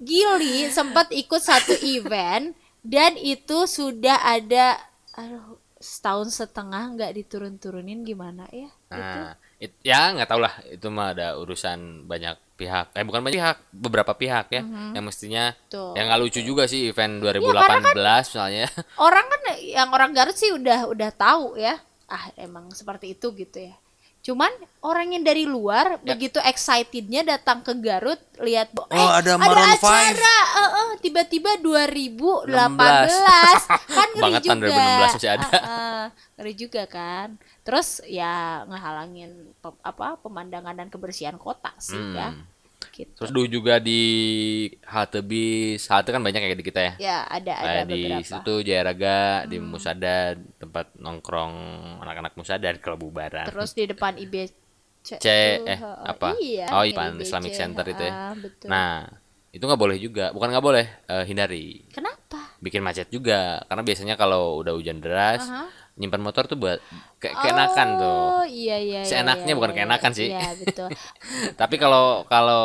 S2: Gili sempat ikut satu event dan itu sudah ada aduh, setahun setengah nggak diturun-turunin gimana ya?
S1: Nah, it- ya nggak tau lah itu mah ada urusan banyak pihak. Eh bukan banyak pihak, beberapa pihak ya yang mestinya
S2: Mhm. Betul. Iya, kan?
S1: yang nggak lucu juga sih event 2018 misalnya.
S2: Orang kan yang orang Garut sih udah udah tahu ya. Ah, emang seperti itu gitu ya. Cuman orang yang dari luar begitu excitednya datang ke Garut lihat bo-
S1: Ya. Oh, ada Maroon five.
S2: acara eh, eh, tiba-tiba 2018 kan ngeri
S1: Bangetan,
S2: juga
S1: 2016 masih ada.
S2: Eh, eh, ngeri juga kan terus ya ngehalangin pe- apa pemandangan dan kebersihan kota sih ya
S1: Hmm.
S2: gitu
S1: Terus dulu juga di halte bis, halte kan banyak ya di kita ya.
S2: ya ada ada
S1: Kayak di
S2: beberapa Hmm.
S1: situ Jayaraga, di Musada, tempat nongkrong anak-anak Musada di kelebubaran.
S2: terus di depan IBC
S1: C eh apa?
S2: iya,
S1: oh,
S2: yang
S1: Ipan
S2: IBC,
S1: Islamic Center itu ya.
S2: ha-ha, betul.
S1: Nah, itu nggak boleh juga. Bukan nggak boleh, eh, hindari.
S2: kenapa
S1: Bikin macet juga karena biasanya kalau udah hujan deras,
S2: Aha.
S1: nyimpan motor tuh buat ke keenakan tuh.
S2: Oh, iya iya. iya,
S1: Seenaknya
S2: iya,
S1: bukan
S2: iya,
S1: keenakan sih.
S2: Iya, betul.
S1: Tapi kalau kalau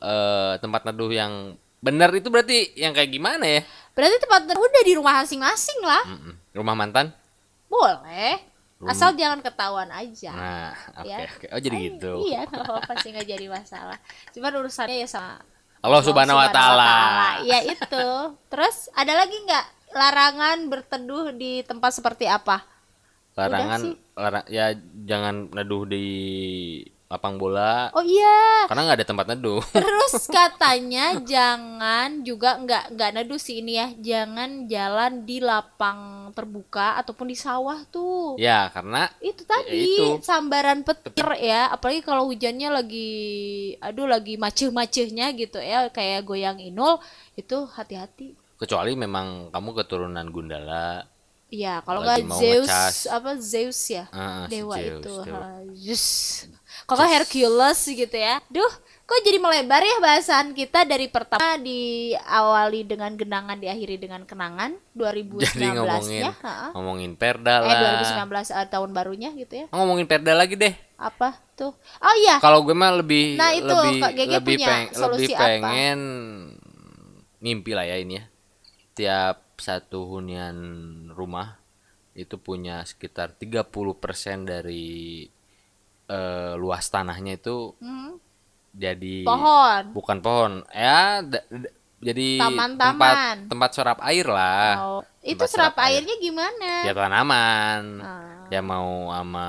S1: eh, tempat neduh yang benar itu berarti yang kayak gimana ya?
S2: Berarti tempat udah di rumah masing-masing lah.
S1: Mm-mm. Rumah mantan?
S2: Boleh. Asal jangan ketahuan aja.
S1: Nah, oke
S2: Ya.
S1: oke. Oh jadi
S2: Eh,
S1: gitu.
S2: Iya, nggak apa-apa sih nggak jadi masalah. Cuman urusannya ya sama
S1: Allah Oh, Subhanahu wa taala.
S2: Ya itu. Terus ada lagi nggak larangan berteduh di tempat seperti apa?
S1: Larangan
S2: Udah sih.
S1: larang ya jangan neduh di lapang bola
S2: Oh iya.
S1: karena nggak ada tempat neduh.
S2: Terus katanya jangan juga nggak nggak neduh sih ini ya. Jangan jalan di lapang terbuka ataupun di sawah tuh.
S1: ya, karena
S2: itu tadi
S1: itu.
S2: sambaran petir ya apalagi kalau hujannya lagi aduh lagi maceh-macehnya gitu ya kayak goyang inul itu hati-hati
S1: kecuali memang kamu keturunan Gundala.
S2: ya kalau
S1: Lagi
S2: nggak
S1: mau
S2: Zeus
S1: ngecas.
S2: apa Zeus ya
S1: Ah, si
S2: dewa
S1: Zeus,
S2: itu
S1: dewa.
S2: ha, Zeus kalau nggak Hercules gitu ya duh kok jadi melebar ya bahasan kita dari pertama diawali dengan genangan diakhiri dengan kenangan 2019
S1: Jadi ngomongin
S2: ya ha-ha.
S1: ngomongin perda
S2: eh
S1: lah.
S2: 2019 eh, tahun barunya gitu ya
S1: Ah, Ngomongin perda lagi deh.
S2: apa tuh oh iya
S1: Kalau gue mah lebih
S2: Nah, itu,
S1: lebih
S2: Kak Gege
S1: lebih,
S2: punya
S1: peng-
S2: solusi
S1: lebih
S2: apa?
S1: pengen ngimpi lah ya ini ya. Tiap satu hunian rumah itu punya sekitar 30% dari eh, luas tanahnya itu
S2: Hmm.
S1: jadi
S2: pohon
S1: bukan pohon. Ya da- da- jadi tempat
S2: Taman-taman.
S1: tempat serap air lah.
S2: Oh, itu
S1: Ah, serap
S2: serap airnya gimana
S1: Ya tanaman.
S2: Ah.
S1: Ya mau sama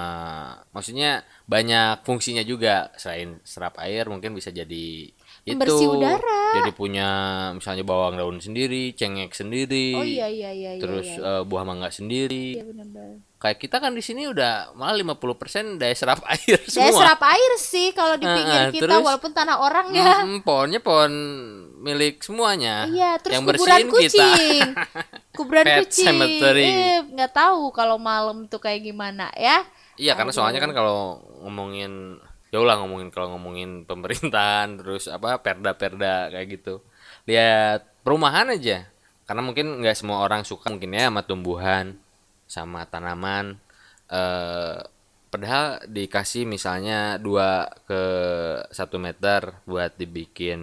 S1: maksudnya banyak fungsinya juga selain serap air mungkin bisa jadi
S2: Pembersih
S1: itu,
S2: udara.
S1: Jadi punya misalnya bawang daun sendiri, cengek sendiri.
S2: oh iya iya iya iya,
S1: Terus
S2: iya,
S1: eh, buah mangga sendiri.
S2: Iya, benar-benar.
S1: Kayak kita kan di sini udah malah 50% dari serap air semua.
S2: Saya Eh, serap air sih kalau di
S1: Ah,
S2: pinggir
S1: ah,
S2: kita
S1: terus-
S2: walaupun tanah orang ya
S1: Mm, pohonnya pohon milik semuanya.
S2: iya terus
S1: Yang
S2: kuburan
S1: bersihin kita.
S2: kucing kuburan
S1: Pet
S2: kucing
S1: cemetery.
S2: Eh, nggak tahu kalau malam tuh kayak gimana ya
S1: Iya karena soalnya kan kalau ngomongin jauh lah ngomongin kalau ngomongin pemerintahan terus apa perda-perda kayak gitu lihat perumahan aja karena mungkin nggak semua orang suka mungkin ya sama tumbuhan sama tanaman eh padahal dikasih misalnya dua ke satu meter buat dibikin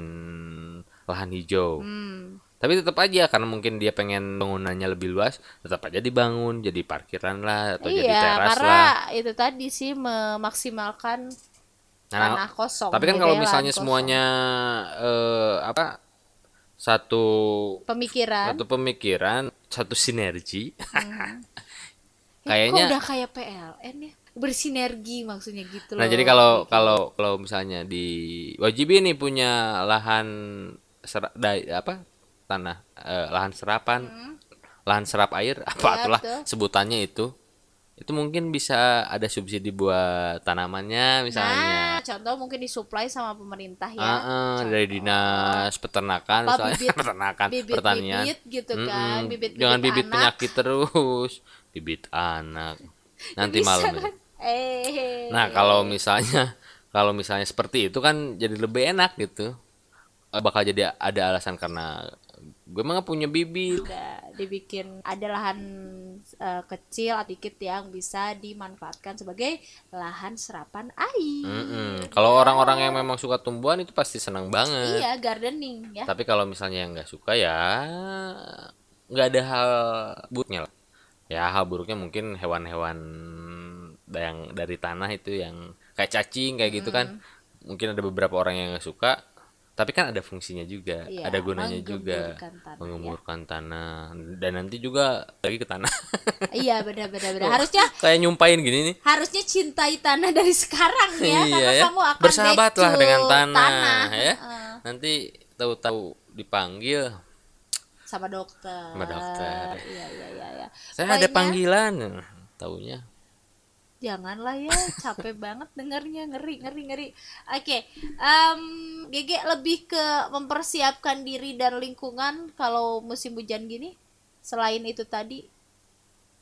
S1: lahan hijau
S2: hmm.
S1: tapi tetap aja karena mungkin dia pengen bangunannya lebih luas tetap aja dibangun jadi parkiran lah atau jadi
S2: iya
S1: teras
S2: karena
S1: lah
S2: itu tadi sih memaksimalkan
S1: Nah,
S2: tanah kosong
S1: Tapi kan
S2: gitu
S1: kalau
S2: ya, lahan
S1: misalnya
S2: kosong.
S1: semuanya eh, apa satu
S2: pemikiran
S1: satu pemikiran, satu sinergi,
S2: Eh,
S1: kayaknya-
S2: Hmm. kok udah kayak PLN ya bersinergi maksudnya gitu
S1: Nah,
S2: loh.
S1: jadi kalau kalau kalau misalnya di wajibin nih punya lahan ser- dai- apa? tanah eh, lahan serapan, lahan serap air, apa
S2: Hmm. Iya,
S1: itulah
S2: tuh.
S1: sebutannya itu. Itu mungkin bisa ada subsidi buat tanamannya misalnya.
S2: Nah, contoh mungkin disuplai sama pemerintah ya.
S1: Ah, ah, dari dinas peternakan
S2: Apa,
S1: misalnya
S2: bibit-
S1: peternakan
S2: bibit-bibit
S1: pertanian
S2: gitu kan,
S1: Mm-mm,
S2: bibit-bibit
S1: jangan bibit
S2: anak.
S1: penyakit terus bibit anak nanti
S2: Bisa
S1: malam ya.
S2: kan? Eh.
S1: nah kalau misalnya kalau misalnya seperti itu kan jadi lebih enak gitu Eh, bakal jadi ada alasan karena gue emang nggak punya bibit
S2: Udah dibikin ada lahan eh, kecil dikit yang bisa dimanfaatkan sebagai lahan serapan air.
S1: Mm-mm. kalau orang-orang yang memang suka tumbuhan itu pasti senang banget
S2: Iya, gardening ya.
S1: Tapi kalau misalnya yang nggak suka ya nggak ada hal buruknya lah. Ya hal buruknya mungkin hewan-hewan yang
S2: Hmm.
S1: dari tanah itu yang kayak cacing kayak gitu kan. Mungkin ada beberapa orang yang nggak suka. tapi kan ada fungsinya juga
S2: Iya,
S1: ada gunanya juga
S2: menggemburkan tanah, ya.
S1: mengemburkan tanah dan nanti juga lagi ke tanah
S2: iya benar benar benar harusnya
S1: kayak nyumpain gini nih
S2: harusnya cintai tanah dari sekarang ya
S1: iya
S2: karena
S1: ya
S2: kamu akan
S1: bersahabatlah
S2: becul
S1: dengan tanah, ya
S2: Heeh.
S1: nanti tahu-tahu dipanggil
S2: sama dokter
S1: Sama dokter.
S2: iya iya iya iya.
S1: saya ada
S2: Pokoknya-
S1: panggilan taunya
S2: Janganlah ya, capek banget dengarnya ngeri ngeri ngeri. Oke, em Gege lebih ke mempersiapkan diri dan lingkungan kalau musim hujan gini. Selain itu tadi,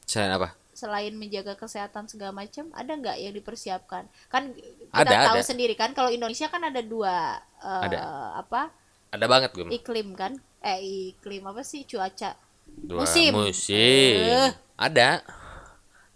S1: selain apa
S2: selain menjaga kesehatan segala macam, ada nggak yang dipersiapkan? Kan kita
S1: Ada,
S2: tahu
S1: ada.
S2: sendiri kan kalau Indonesia kan ada dua eh,
S1: Ada. Hmm.
S2: apa
S1: ada banget gue
S2: iklim kan? Eh iklim apa sih cuaca?
S1: Dua
S2: Musim.
S1: musim.
S2: Eh.
S1: Ada.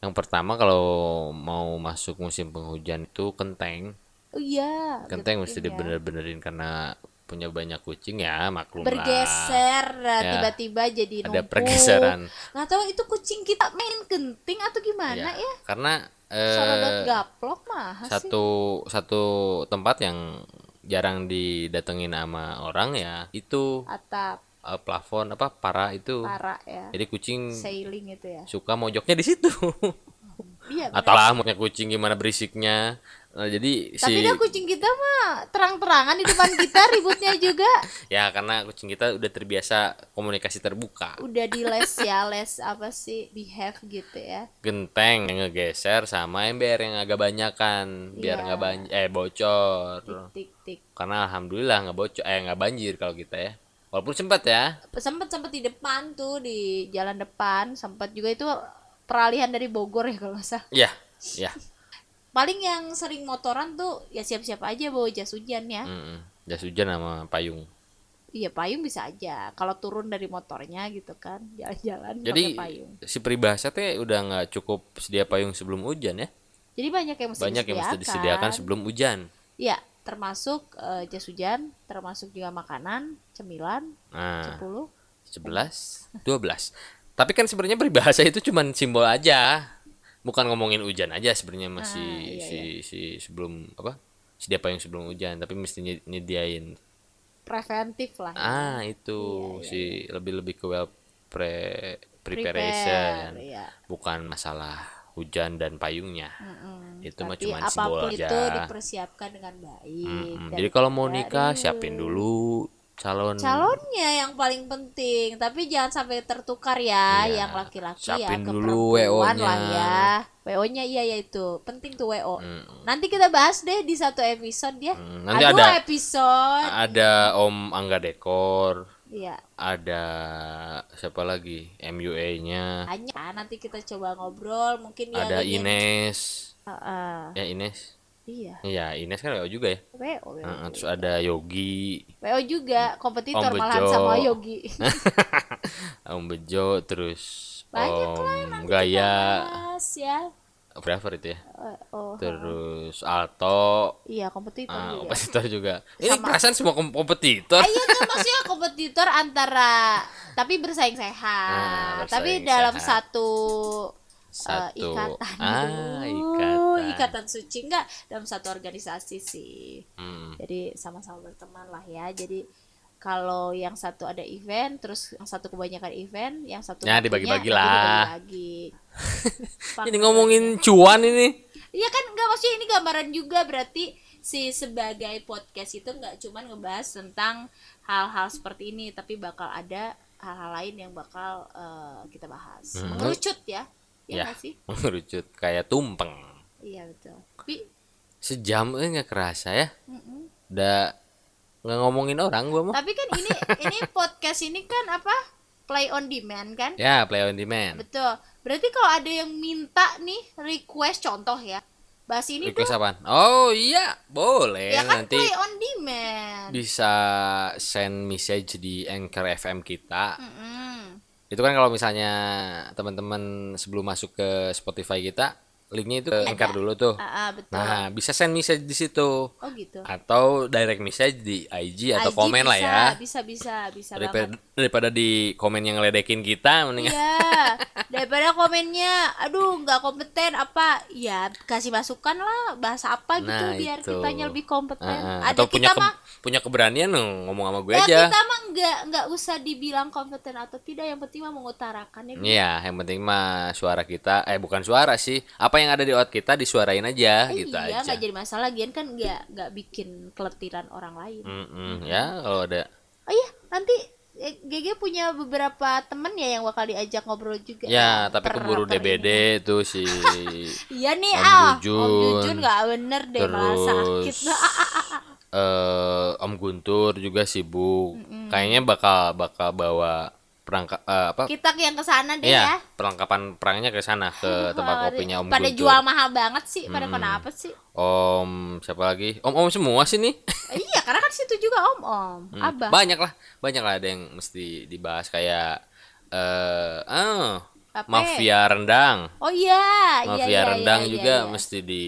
S1: Yang pertama kalau mau masuk musim penghujan itu kenteng.
S2: Oh iya.
S1: Kenteng mesti
S2: betul ya.
S1: dibener-benerin karena punya banyak kucing ya maklum lah.
S2: bergeser eh,
S1: Ya.
S2: tiba-tiba jadi
S1: Ada
S2: numpuk.
S1: pergeseran.
S2: nggak tahu itu kucing kita main genting atau gimana ya,
S1: Iya. Karena
S2: Sorodot
S1: eh,
S2: gaplok mah sih
S1: satu satu tempat yang jarang didatengin sama orang ya itu
S2: atap
S1: eh, plafon apa para itu.
S2: para ya
S1: Jadi kucing
S2: sailing itu ya
S1: suka mojoknya di situ.
S2: iya benar.
S1: Atalah punya kucing gimana berisiknya. Nah, jadi
S2: tapi
S1: si
S2: dah kucing kita mah terang-terangan di depan kita ributnya juga
S1: ya karena kucing kita udah terbiasa komunikasi terbuka.
S2: udah di les ya les apa sih behave gitu ya
S1: Genteng yang ngegeser sama ember yang agak banyakan biar
S2: Iya.
S1: nggak banjir eh bocor.
S2: tik tik
S1: Karena alhamdulillah nggak bocor eh nggak banjir kalau kita ya. Walaupun sempat ya.
S2: sempet sempet di depan tuh di jalan depan sempet juga itu peralihan dari Bogor ya kalau nggak salah
S1: Ya, ya.
S2: paling yang sering motoran tuh ya siap-siap aja bawa jas hujan ya
S1: Mm-mm. Jas hujan sama payung.
S2: iya payung bisa aja kalau turun dari motornya gitu kan jalan-jalan
S1: Jadi
S2: pakai payung
S1: si peribahasa teh udah nggak cukup sedia payung sebelum hujan ya.
S2: jadi banyak yang mesti
S1: Banyak yang mesti disediakan sebelum hujan.
S2: ya termasuk eh, jas hujan termasuk juga makanan cemilan
S1: Nah,
S2: 10
S1: 11, 12. Tapi kan sebenarnya peribahasa itu cuman simbol aja. Bukan ngomongin hujan aja sebenarnya masih
S2: Ah, iya,
S1: si si sebelum apa? Sedia payung sebelum hujan, tapi mesti nye- nyediain.
S2: preventif lah ya.
S1: Ah, itu
S2: iya,
S1: si lebih-lebih ke well pre
S2: Prepare, Hmm,
S1: preparation.
S2: iya.
S1: Bukan masalah hujan dan payungnya. Itu mah
S2: tapi
S1: cuman simbol
S2: apapun
S1: aja.
S2: itu dipersiapkan dengan baik
S1: Mm,
S2: Dan
S1: Jadi kalau mau
S2: tidak
S1: nikah
S2: ribut.
S1: siapin dulu calon
S2: calonnya yang paling penting tapi jangan sampai tertukar ya
S1: Iya.
S2: yang laki-laki ya
S1: Siapin
S2: ke
S1: dulu
S2: perempuan
S1: WO-nya.
S2: lah ya wo-nya iya ya itu penting tuh wo nanti kita bahas deh di satu episode ya
S1: Mm, nanti
S2: Aduh,
S1: ada- Ah.
S2: episode
S1: ada Om Angga Dekor.
S2: Iya
S1: ada siapa lagi MUA-nya
S2: hanya nanti kita coba ngobrol mungkin dia
S1: ada
S2: ingin-
S1: Ines
S2: Heeh.
S1: ya Ines
S2: iya
S1: ya Ines kan WO juga ya
S2: wo wo,
S1: Heeh, terus ada Yogi
S2: WO juga kompetitor
S1: Om
S2: malahan
S1: Bejo.
S2: sama Yogi
S1: Om Bejo terus
S2: Banyak gitu
S1: Om Gaya
S2: Mas ya
S1: Forever itu ya
S2: Eh, oh
S1: terus Alto
S2: iya kompetitor
S1: ah,
S2: juga
S1: kompetitor juga ini perasaan semua kom- kompetitor
S2: Iya tuh maksudnya kompetitor antara tapi bersaing
S1: Ah,
S2: sehat,
S1: bersaing
S2: tapi dalam
S1: sehat.
S2: satu eh,
S1: satu
S2: ikatan
S1: ah
S2: dulu.
S1: ikatan,
S2: ikatan suci enggak dalam satu organisasi sih.
S1: Hmm.
S2: Jadi sama-sama berteman lah ya. Jadi kalau yang satu ada event, terus yang satu kebanyakan event, yang satu
S1: Ya,
S2: satunya
S1: dibagi-bagi
S2: nanti
S1: lah.
S2: dibagi-bagi.
S1: ini ngomongin cuan ini
S2: Iya kan nggak maksudnya ini gambaran juga berarti si sebagai podcast itu nggak cuman ngebahas tentang hal-hal seperti ini tapi bakal ada hal-hal lain yang bakal eh, kita bahas.
S1: Hmm.
S2: Mengerucut ya. Iya
S1: ya
S2: nggak sih?
S1: mengerucut kayak tumpeng
S2: Iya betul. Tapi
S1: sejam eh nggak kerasa ya
S2: mm-mm.
S1: udah nggak ngomongin orang gua mah
S2: tapi kan ini ini podcast ini kan apa? Play on demand kan?
S1: ya play on demand
S2: Betul. Berarti kalau ada yang minta nih request contoh ya. Bahas ini
S1: request
S2: dong.
S1: apaan oh iya boleh
S2: Ya kan
S1: nanti
S2: play on demand.
S1: bisa send message di anchor fm kita
S2: Mm-mm.
S1: itu kan kalau misalnya teman-teman sebelum masuk ke spotify kita linknya itu ke anchor dulu tuh
S2: Ah, ah, betul.
S1: nah bisa send message di situ
S2: oh gitu.
S1: atau direct message di IG atau
S2: IG
S1: komen lah
S2: bisa,
S1: ya
S2: Bisa bisa bisa
S1: daripada ya.
S2: banget.
S1: daripada di komen yang ngeledekin kita mendingan
S2: Iya, daripada komennya, aduh nggak kompeten apa, ya kasih masukan lah bahasa apa gitu
S1: Nah,
S2: biar
S1: itu.
S2: kitanya lebih kompeten.
S1: Ah, ah.
S2: Ada
S1: atau punya
S2: kita
S1: ke-
S2: mah
S1: punya keberanian dong, ngomong sama gue
S2: Ya,
S1: aja
S2: kita mah nggak nggak usah dibilang kompeten atau tidak, yang penting mah mengutarakannya. gitu.
S1: Iya, yang penting mah suara kita eh bukan suara sih, apa yang ada di otak kita disuarain aja
S2: Eh,
S1: gitu
S2: iya,
S1: aja.
S2: nggak jadi masalah, gian kan nggak nggak bikin keletiran orang lain.
S1: Mm-mm, ya kalau ada
S2: Oh iya, nanti eh, GG punya beberapa temen ya yang bakal diajak ngobrol juga.
S1: ya
S2: Nah,
S1: tapi
S2: per-
S1: keburu
S2: per ini.
S1: DBD tuh si
S2: Iya nih,
S1: Om
S2: ah, Om
S1: Jujun.
S2: Jujun nggak bener deh, malah sakit. ah,
S1: terus eh, Om Guntur juga sibuk. Kayaknya bakal bakal bawa perangkap eh, apa?
S2: Kita yang kesana deh
S1: Iya,
S2: ya.
S1: perlengkapan perangnya ke sana ke tempat
S2: Hari-
S1: kopinya Om Hmm.
S2: Pada
S1: Guntur.
S2: jual mahal banget sih, pada kenapa sih?
S1: Om siapa lagi? Om-om semua sih nih.
S2: Eh, iya, karena kan situ juga om-om,
S1: Hmm,
S2: abah.
S1: Banyak lah, banyak lah ada yang mesti dibahas kayak eh ah,
S2: Apa?
S1: mafia rendang.
S2: Oh iya, iya,
S1: Mafia
S2: iya,
S1: rendang
S2: iya,
S1: juga
S2: iya.
S1: mesti di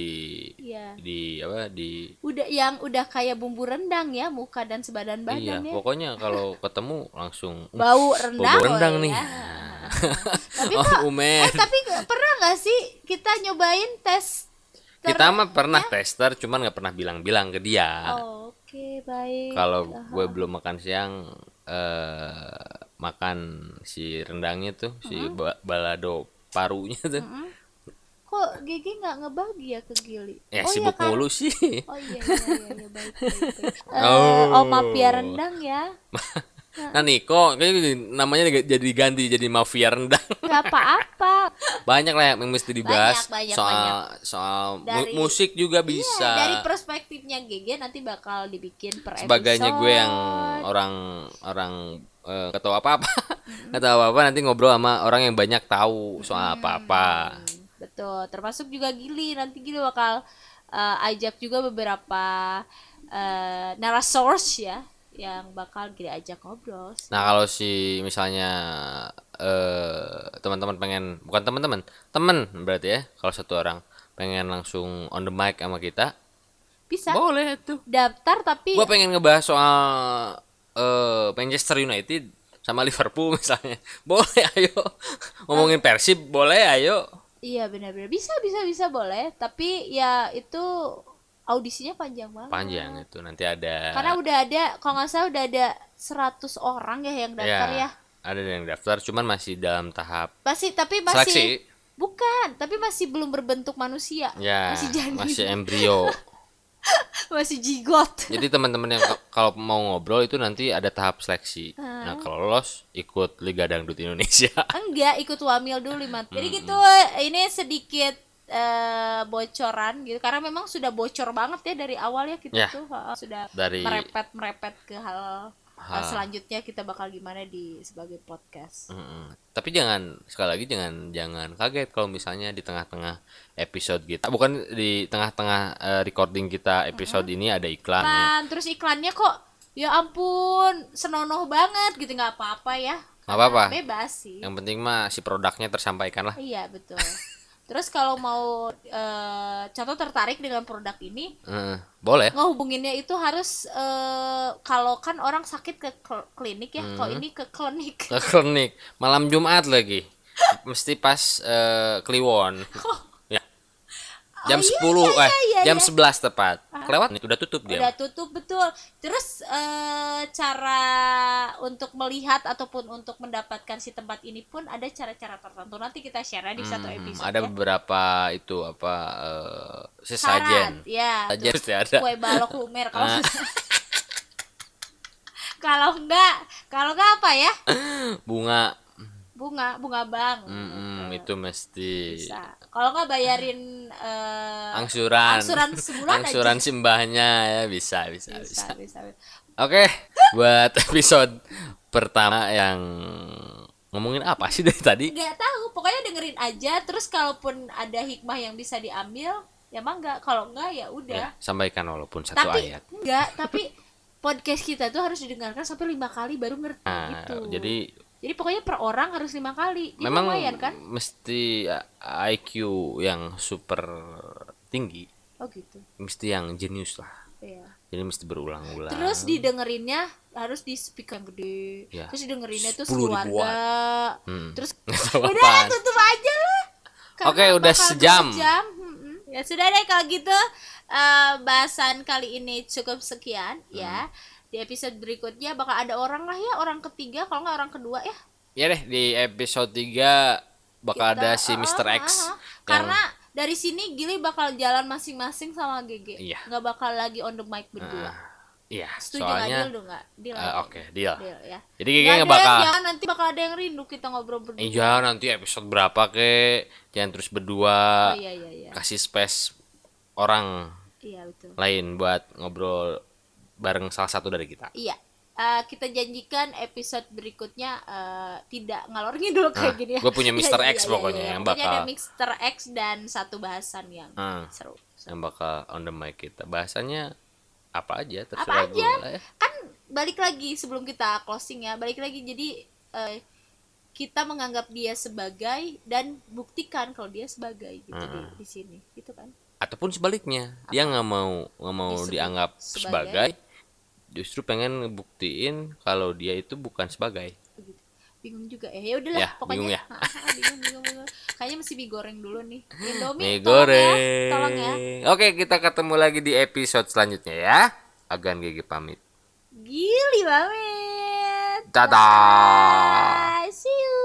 S2: Iya.
S1: di apa di
S2: Udah yang udah kayak bumbu rendang ya, muka dan sebadan
S1: iya,
S2: badan ya.
S1: pokoknya kalau ketemu langsung "Uh,
S2: Bau rendang.
S1: bau rendang
S2: loh
S1: nih.
S2: ya. Tapi
S1: Oh,
S2: kok-
S1: Umen.
S2: Eh, tapi pernah nggak sih kita nyobain tes? ter-
S1: Kita mah pernah tester cuman nggak pernah bilang-bilang ke dia.
S2: Oh, Oke, baik.
S1: Kalau gue belum makan siang eh makan si rendangnya tuh, si ba- balado parunya tuh.
S2: Kok Gigi nggak ngebagi ya ke Gili?
S1: Ya
S2: oh,
S1: sibuk
S2: kan?
S1: mulu sih.
S2: Oh iya, iya, iya, iya, baik, baik, baik. Eh,
S1: Oh.
S2: oh. mafia rendang ya.
S1: Nah Niko, kayaknya namanya diga- jadi diganti jadi mafia rendang.
S2: Nggak apa-apa.
S1: Banyak lah yang mesti dibahas
S2: Banyak, banyak,
S1: soal
S2: banyak.
S1: soal mu-
S2: Dari-
S1: musik juga
S2: Iya,
S1: bisa.
S2: dari perspektifnya Gigi nanti bakal dibikin per
S1: Sebagainya gue yang orang orang eh, nggak tahu apa-apa, nggak tahu apa-apa nanti ngobrol sama orang yang banyak tahu soal
S2: Hmm.
S1: apa-apa.
S2: episode. Betul, termasuk juga Gili. Nanti Gili bakal eh, ajak juga beberapa eh narasors ya yang bakal Gili ajak ngobrol.
S1: Nah kalau si misalnya eh teman-teman pengen bukan teman-teman teman berarti ya kalau satu orang pengen langsung on the mic sama kita
S2: Bisa
S1: boleh tuh
S2: daftar tapi
S1: gue pengen ngebahas soal eh, Manchester United sama Liverpool misalnya boleh ayo ngomongin Persib boleh ayo
S2: Iya benar-benar bisa bisa bisa boleh tapi ya itu audisinya panjang banget.
S1: panjang itu nanti ada
S2: Karena udah ada kalau nggak salah udah ada 100 orang ya yang daftar
S1: Iya.
S2: ya.
S1: ada yang daftar cuman masih dalam tahap
S2: Masih tapi masih
S1: Seleksi.
S2: bukan tapi masih belum berbentuk manusia.
S1: ya
S2: masih jadi
S1: masih
S2: masih,
S1: embrio
S2: jigot.
S1: jadi teman-teman yang ka- kalau mau ngobrol itu nanti ada tahap seleksi
S2: Hmm.
S1: nah kalau lolos ikut Liga Dangdut Indonesia
S2: Enggak ikut wamil dulu lima. Jadi gitu ini sedikit eh, bocoran gitu karena memang sudah bocor banget ya dari awal ya kita
S1: Ya.
S2: tuh ha, sudah
S1: Dari-
S2: merepet merepet ke hal
S1: Ha.
S2: selanjutnya kita bakal gimana di sebagai podcast.
S1: Mm-mm. Tapi jangan sekali lagi jangan jangan kaget kalau misalnya di tengah-tengah episode kita bukan di tengah-tengah eh, recording kita episode ini ada iklan ya.
S2: Iklan, terus iklannya kok ya ampun senonoh banget gitu nggak apa-apa ya.
S1: Nggak apa-apa.
S2: Karena Bebas sih.
S1: Ah. Yang penting mah si produknya tersampaikan lah.
S2: Iya betul. Terus kalau mau eh, contoh tertarik dengan produk ini,
S1: Heeh, boleh.
S2: ngehubunginnya itu harus eh, kalau kan orang sakit ke kl- klinik ya kalau ini ke klinik
S1: Hmm. Ke klinik malam Jumat lagi. Mesti pas eh, Kliwon. Ya. Jam 10
S2: iya, iya,
S1: eh
S2: iya, Ah.
S1: jam 11 tepat. Kelewat nih, udah tutup dia.
S2: udah tutup betul terus eh, cara untuk melihat ataupun untuk mendapatkan si tempat ini pun ada cara-cara tertentu nanti kita share di satu
S1: Hmm,
S2: episode
S1: ada
S2: ya.
S1: beberapa itu apa eh,
S2: Saran,
S1: sesajen.
S2: ya
S1: Sajen
S2: terus
S1: pasti ada.
S2: kue balok lumer
S1: Ah.
S2: kalau kalau enggak kalau enggak apa ya
S1: Bunga
S2: bunga bunga bang
S1: Mm-mm, itu mesti
S2: bisa kalau nggak bayarin eh,
S1: angsuran.
S2: angsuran sebulan aja.
S1: Angsuran si mbahnya ya bisa bisa bisa.
S2: bisa bisa, bisa.
S1: Oke, buat episode pertama yang ngomongin apa sih dari tadi?
S2: nggak tahu pokoknya dengerin aja terus kalaupun ada hikmah yang bisa diambil ya mangga kalau enggak ya udah
S1: Ya, sampaikan walaupun satu
S2: tapi
S1: ayat.
S2: enggak tapi podcast kita tuh harus didengarkan sampai lima kali baru ngerti
S1: Nah,
S2: gitu
S1: jadi
S2: Jadi pokoknya per orang harus lima kali. Jadi
S1: Memang
S2: lumayan kan?
S1: mesti uh, IQ yang super tinggi,
S2: Oh gitu.
S1: mesti yang jenius lah.
S2: Iya.
S1: Jadi mesti berulang-ulang.
S2: Terus didengerinnya harus di speaker yang gede.
S1: Ya.
S2: Terus didengerinnya tuh
S1: 10 ribuan.
S2: keluarga.
S1: Hmm.
S2: Terus
S1: Nggak tahu
S2: udah
S1: apaan.
S2: tutup aja lah. Karena
S1: Oke, udah
S2: bakal
S1: sejam.
S2: sejam. Mm-mm. Ya sudah deh kalau gitu eh, bahasan kali ini cukup sekian
S1: Hmm.
S2: ya. Di episode berikutnya bakal ada orang lah ya, orang ketiga kalau nggak orang kedua ya.
S1: Ya deh di episode 3 bakal
S2: Kita-
S1: ada si
S2: uh-uh,
S1: Mr. X.
S2: uh-uh.
S1: yang-
S2: Karena dari sini Gili bakal jalan masing-masing sama GG.
S1: Iya.
S2: Nggak bakal lagi on the mic
S1: Ah,
S2: berdua.
S1: Iya,
S2: Setuju
S1: soalnya
S2: nggak deal nggak? Deal
S1: eh,
S2: nggak?
S1: oke, deal.
S2: Deal, ya.
S1: Jadi kayaknya
S2: Nggak
S1: nggak bakal-
S2: Jangan nanti bakal ada yang rindu kita ngobrol berdua.
S1: Iya, nanti episode berapa kek? Jangan terus berdua.
S2: Oh, iya iya iya.
S1: Kasih space orang
S2: Iya betul.
S1: lain buat ngobrol bareng salah satu dari kita.
S2: Iya. Eh, kita janjikan episode berikutnya eh, tidak ngalor ngidul kayak
S1: Nah,
S2: gini ya.
S1: gua punya Mr. X pokoknya yang
S2: iya. Pokoknya ada
S1: bakal-
S2: Mr. X dan satu bahasan yang
S1: Ah.
S2: seru.
S1: Yang bakal on the mic kita. Bahasanya apa aja terserah
S2: Apa aja?
S1: gua ya.
S2: Kan balik lagi sebelum kita closing ya, balik lagi jadi eh, kita menganggap dia sebagai dan buktikan kalau dia sebagai gitu di, di sini. Gitu kan.
S1: Ataupun sebaliknya, dia nggak mau nggak mau
S2: Disebut
S1: dianggap
S2: sebagai-
S1: sebagai justru pengen ngebuktiin kalau dia itu bukan sebagai.
S2: gitu. bingung juga eh ya udahlah
S1: Ya,
S2: pokoknya
S1: bingung ya.
S2: Ah, ah, bingung, bingung, bingung. kayaknya mesti mie goreng dulu nih Indomie
S1: Mie
S2: tolong ya,
S1: goreng.
S2: tolong ya
S1: Oke, kita ketemu lagi di episode selanjutnya ya. Agan Gigi pamit.
S2: gili banget
S1: Dadah.
S2: Bye. see you